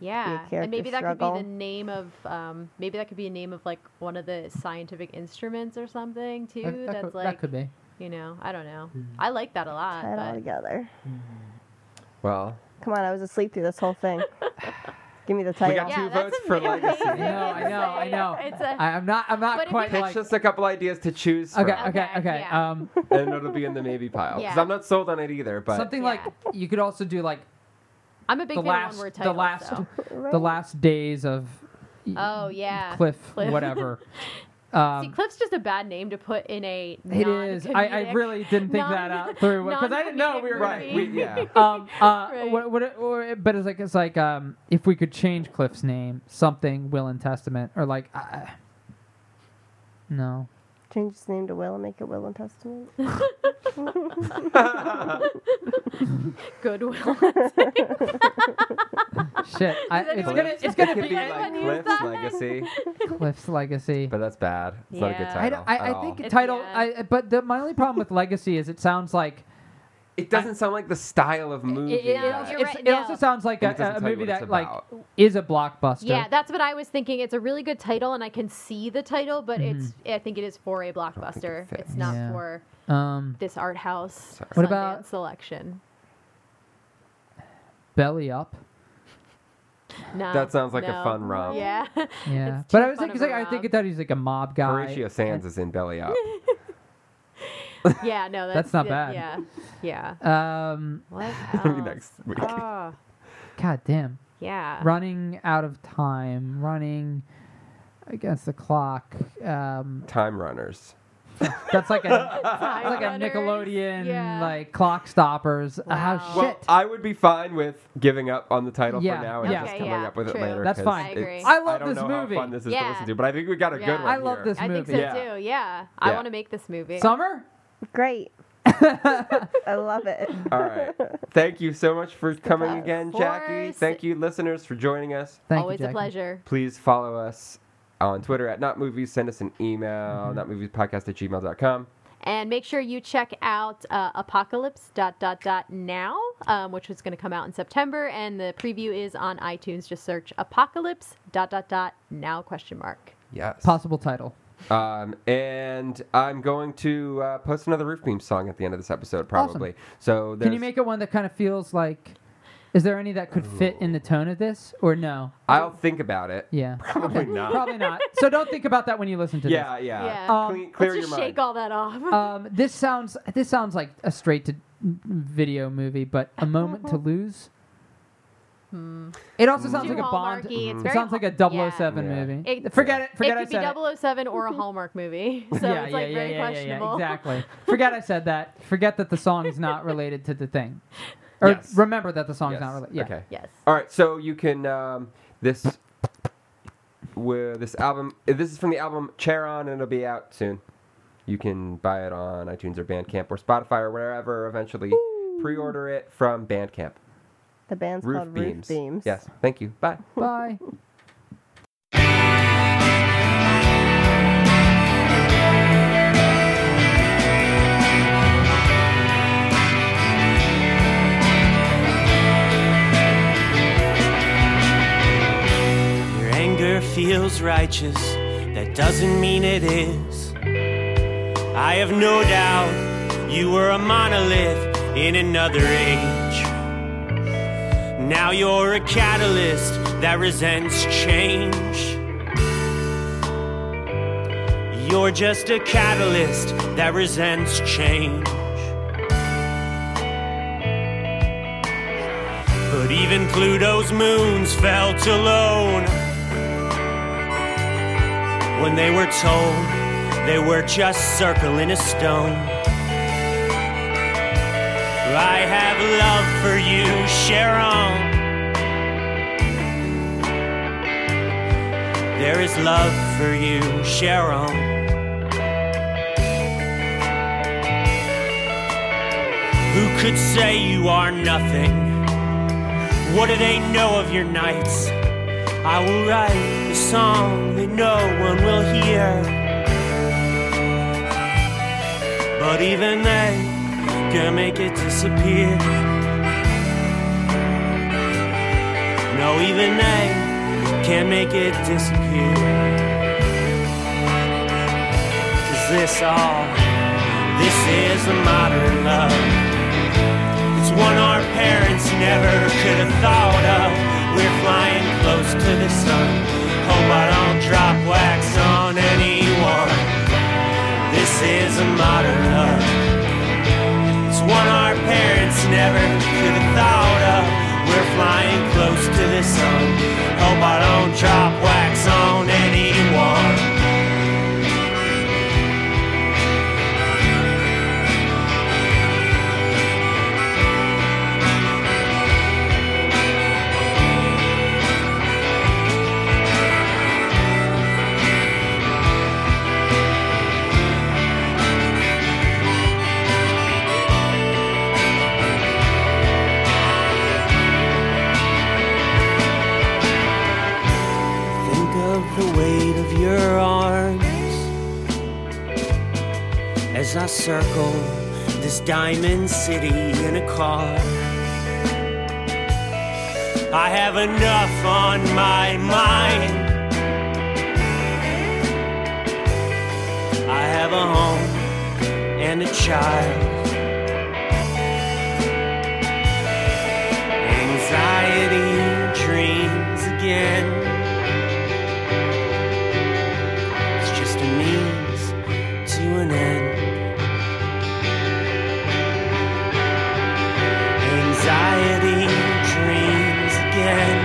Speaker 4: Yeah,
Speaker 2: character
Speaker 4: and maybe that
Speaker 2: struggle.
Speaker 4: could be the name of. Um, maybe that could be a name of like one of the scientific instruments or something too.
Speaker 1: That, that
Speaker 4: that's
Speaker 1: could,
Speaker 4: like
Speaker 1: that could Hmm. be.
Speaker 4: you know. I don't know. I like that a lot.
Speaker 2: Tie it all
Speaker 4: but-
Speaker 2: together.
Speaker 3: well,
Speaker 2: Come on, I was asleep through this whole thing. Give me the
Speaker 3: we
Speaker 2: title.
Speaker 3: got two
Speaker 4: that's
Speaker 3: votes for
Speaker 4: amazing.
Speaker 3: legacy.
Speaker 1: I know, I know, I know.
Speaker 4: It's a-
Speaker 1: I, I'm not. I'm
Speaker 4: But
Speaker 1: not
Speaker 4: if
Speaker 1: quite
Speaker 4: you-
Speaker 3: Pitch
Speaker 1: like.
Speaker 3: us a couple ideas to choose
Speaker 1: Okay,
Speaker 3: from,
Speaker 1: okay,
Speaker 4: Okay,
Speaker 1: okay.
Speaker 4: yeah.
Speaker 1: Um,
Speaker 3: and it'll be in the maybe pile because
Speaker 4: Yeah.
Speaker 3: I'm not sold on it either. But
Speaker 1: something
Speaker 4: Yeah.
Speaker 1: like you could also do like
Speaker 4: I'm a big
Speaker 1: the
Speaker 4: fan
Speaker 1: last,
Speaker 4: of one word
Speaker 1: the
Speaker 4: titles.
Speaker 1: last,
Speaker 4: though.
Speaker 2: Right?
Speaker 1: the last days of. y-
Speaker 4: Oh yeah.
Speaker 1: Cliff,
Speaker 4: Cliff.
Speaker 1: whatever.
Speaker 4: See,
Speaker 1: Um,
Speaker 4: Cliff's just a bad name to put in a.
Speaker 1: it is. I, I
Speaker 4: non-comedic-
Speaker 1: really didn't think
Speaker 4: non-
Speaker 1: that out through because I didn't know we were
Speaker 4: non-comedic
Speaker 3: right, we, yeah.
Speaker 1: Um, uh,
Speaker 4: Right.
Speaker 1: what, what, or, but it's like it's like um, if we could change Cliff's name, something will and testament, or like, uh, no,
Speaker 2: Change his name to Will and make it Will and Testament.
Speaker 4: Goodwill.
Speaker 1: shit, I,
Speaker 4: Does
Speaker 1: it's
Speaker 4: anyone
Speaker 1: gonna
Speaker 4: use
Speaker 1: it's gonna
Speaker 3: it
Speaker 1: be,
Speaker 3: could be like
Speaker 4: use
Speaker 3: Cliff's
Speaker 4: that?
Speaker 3: legacy,
Speaker 1: Cliff's legacy.
Speaker 3: but that's bad. It's not a good
Speaker 4: Yeah.
Speaker 1: I,
Speaker 3: title.
Speaker 1: don't- I,
Speaker 3: at
Speaker 1: I
Speaker 3: all.
Speaker 1: think
Speaker 4: It's-
Speaker 1: title,
Speaker 4: yeah.
Speaker 1: I, but the, my only problem with legacy is it sounds like
Speaker 3: it doesn't sound like the style of movie.
Speaker 1: it, it,
Speaker 4: Yeah.
Speaker 1: also,
Speaker 4: You're
Speaker 1: it's-
Speaker 4: right,
Speaker 1: it
Speaker 4: no.
Speaker 1: also sounds like
Speaker 3: And
Speaker 1: a,
Speaker 3: it doesn't
Speaker 1: a
Speaker 3: tell you
Speaker 1: movie
Speaker 3: what
Speaker 1: that
Speaker 3: it's
Speaker 1: like
Speaker 3: about.
Speaker 1: is a blockbuster.
Speaker 4: yeah, that's what I was thinking. It's a really good title, and I can see the title, but it's. I think it is for a blockbuster.
Speaker 3: fits.
Speaker 4: It's not
Speaker 1: Yeah.
Speaker 4: for
Speaker 1: um,
Speaker 4: this art house.
Speaker 1: What
Speaker 4: Sundance
Speaker 1: about-
Speaker 4: selection?
Speaker 1: belly up.
Speaker 4: No,
Speaker 3: That sounds like a
Speaker 4: no.
Speaker 3: fun romp.
Speaker 4: Yeah.
Speaker 1: Yeah,
Speaker 4: It's
Speaker 1: but
Speaker 4: too
Speaker 1: I was
Speaker 4: fun
Speaker 1: like,
Speaker 4: of
Speaker 1: 'cause, like
Speaker 4: a
Speaker 1: I think
Speaker 4: romp.
Speaker 1: that he's like a mob guy.
Speaker 3: Horatio Sands is in Belly Up.
Speaker 4: yeah, no, that's,
Speaker 1: That's not
Speaker 4: it-
Speaker 1: bad.
Speaker 4: Yeah, yeah.
Speaker 1: Um,
Speaker 4: What else?
Speaker 3: Next week.
Speaker 4: Oh,
Speaker 1: God damn.
Speaker 4: yeah.
Speaker 1: running out of time, running against the clock. Um,
Speaker 3: Time Runners.
Speaker 1: that's like a
Speaker 4: Time
Speaker 1: that's like a
Speaker 4: Runners.
Speaker 1: Nickelodeon
Speaker 4: Yeah.
Speaker 1: like clock stoppers.
Speaker 4: Wow.
Speaker 1: Oh
Speaker 3: Well,
Speaker 1: shit!
Speaker 3: I would be fine with giving up on the title
Speaker 1: Yeah,
Speaker 3: for now and
Speaker 1: yeah.
Speaker 3: just
Speaker 4: Okay,
Speaker 3: coming
Speaker 4: yeah,
Speaker 3: up with
Speaker 4: true.
Speaker 3: it later.
Speaker 1: That's
Speaker 3: 'cause
Speaker 1: fine. I
Speaker 4: agree.
Speaker 3: it's-
Speaker 1: I love
Speaker 3: don't
Speaker 1: this
Speaker 3: know
Speaker 1: movie.
Speaker 3: how fun this is to
Speaker 4: Yeah.
Speaker 3: listen to, but I think we got a good
Speaker 4: Yeah.
Speaker 3: one.
Speaker 1: I love
Speaker 3: here.
Speaker 1: this
Speaker 4: I think so
Speaker 1: movie.
Speaker 3: Yeah.
Speaker 4: too. Yeah, I
Speaker 3: Yeah.
Speaker 4: want to make this movie.
Speaker 1: Summer.
Speaker 2: Great. I love it.
Speaker 3: All right. Thank you so much for coming
Speaker 2: pleasure.
Speaker 3: again,
Speaker 4: Of
Speaker 3: Jackie.
Speaker 4: course.
Speaker 3: Thank you, listeners, for joining us.
Speaker 1: Thank you,
Speaker 4: Always a
Speaker 1: Jackie.
Speaker 4: pleasure.
Speaker 3: please follow us on Twitter at Not Movies. Send us an email,
Speaker 1: Mm-hmm.
Speaker 3: notmoviespodcast at gmail.com.
Speaker 4: And make sure you check out uh, Apocalypse dot dot dot now, um, which is going to come out in September, and the preview is on iTunes. Just search Apocalypse dot dot dot now question mark.
Speaker 3: Yes.
Speaker 1: Possible title.
Speaker 3: Um, and I'm going to uh, post another Roof Beam song at the end of this episode, probably. So there's,
Speaker 1: Can you make it one that kind of feels like? Is there any that could fit in the tone of this, or no?
Speaker 3: I'll think about it.
Speaker 1: Yeah,
Speaker 3: Probably not.
Speaker 1: probably not. So don't think about that when you listen to
Speaker 3: yeah,
Speaker 1: this.
Speaker 3: yeah.
Speaker 4: Yeah.
Speaker 1: Um,
Speaker 3: Clean- clear
Speaker 4: Let's
Speaker 3: your
Speaker 4: just
Speaker 3: mind.
Speaker 4: shake all that off.
Speaker 1: Um, this sounds this sounds like a straight to video movie, but a moment to lose. It also
Speaker 3: Mm.
Speaker 1: sounds
Speaker 4: Hmm. Too
Speaker 1: like a Bond.
Speaker 4: Hallmarky,
Speaker 3: Mm-hmm.
Speaker 4: it's
Speaker 1: It
Speaker 4: very
Speaker 1: sounds like a
Speaker 4: Hall- yeah.
Speaker 1: 007
Speaker 3: Yeah.
Speaker 1: movie.
Speaker 4: It-
Speaker 1: forget it. Forget
Speaker 4: it
Speaker 1: I
Speaker 4: could
Speaker 1: said it.
Speaker 4: be 007 or a Hallmark movie, so it's like very questionable.
Speaker 1: exactly. forget I said that. Forget that the song is not related to the thing, or
Speaker 3: Yes.
Speaker 1: remember that the song's
Speaker 3: Yes.
Speaker 1: not related. Yeah.
Speaker 3: Okay.
Speaker 4: Yes.
Speaker 3: All right. So you can, um, this with this album. This is from the album Chair On, and it'll be out soon. You can buy it on iTunes or Bandcamp or Spotify or wherever. Eventually, pre-order it from Bandcamp.
Speaker 2: The band's
Speaker 3: Roof
Speaker 2: called
Speaker 3: beams.
Speaker 2: Roof Beams.
Speaker 3: Yes. Thank you. Bye.
Speaker 1: Bye.
Speaker 6: Your anger feels righteous, that doesn't mean it is. I have no doubt you were a monolith in another age. Now you're a catalyst that resents change. You're just a catalyst that resents change. But even Pluto's moons felt alone when they were told they were just circling a stone. I have love for you, Sharon. There is love for you, Sharon. Who could say you are nothing? What do they know of your nights? I will write a song that no one will hear. But even they can make it disappear. No, even they can make it disappear. Cause this all, this is the modern love. It's one our parents never could have thought of. We're flying close to the sun. Hope I don't drop wax on anyone. This is a modern love. It's one our parents never could have thought of. We're flying close to the sun. Hope I don't drop wax on anyone. Think of the weight of your arms as I circle this diamond city in a car. I have enough on my mind. I have a home and a child. Anxiety dreams again. It's just a means to an end. Anxiety dreams again.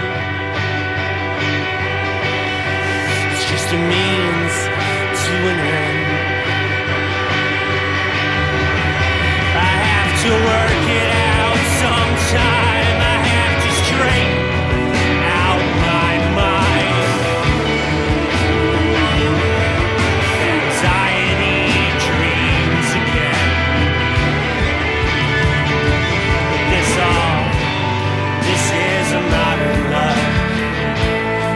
Speaker 6: It's just a means to an end. I have to work it out sometime. I have to straighten out my mind. Anxiety dreams again. But this all, this is a modern love.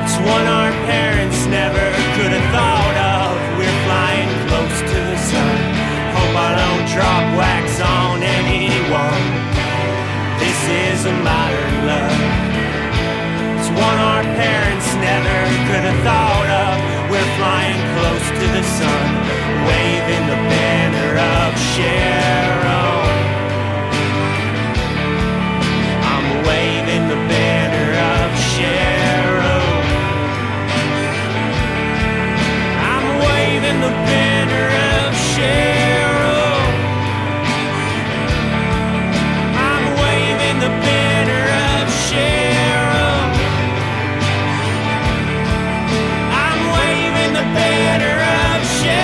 Speaker 6: It's one our parents never could have thought of. We're flying close to the sun. Hope I don't drop wax on anyone. This is a modern love. It's one our parents never could have thought of. We're flying close to the sun, waving the banner of Sharon. I'm waving the banner of Sharon. I'm waving the banner of Sharon. I'm waving the banner of Cheryl. I'm waving the banner of Cheryl.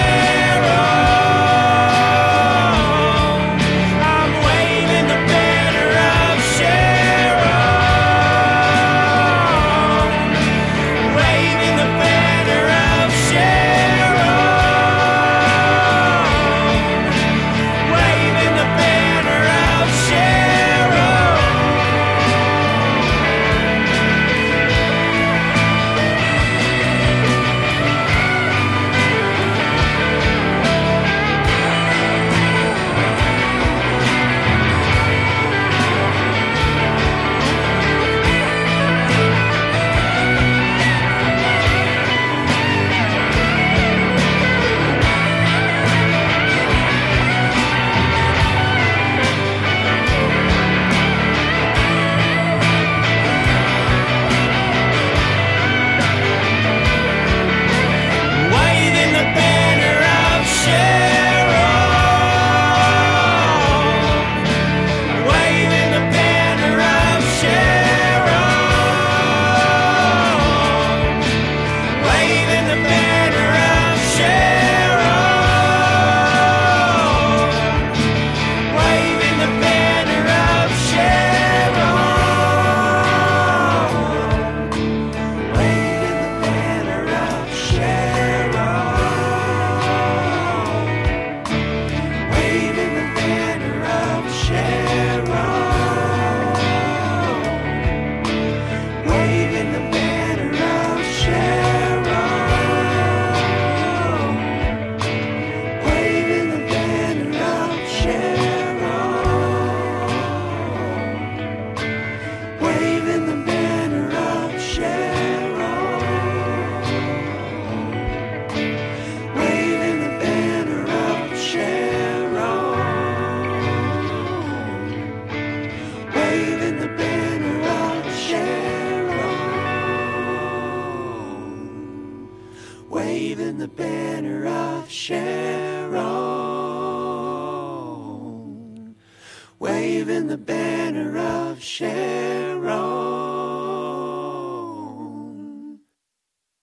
Speaker 6: waving the banner of sharing.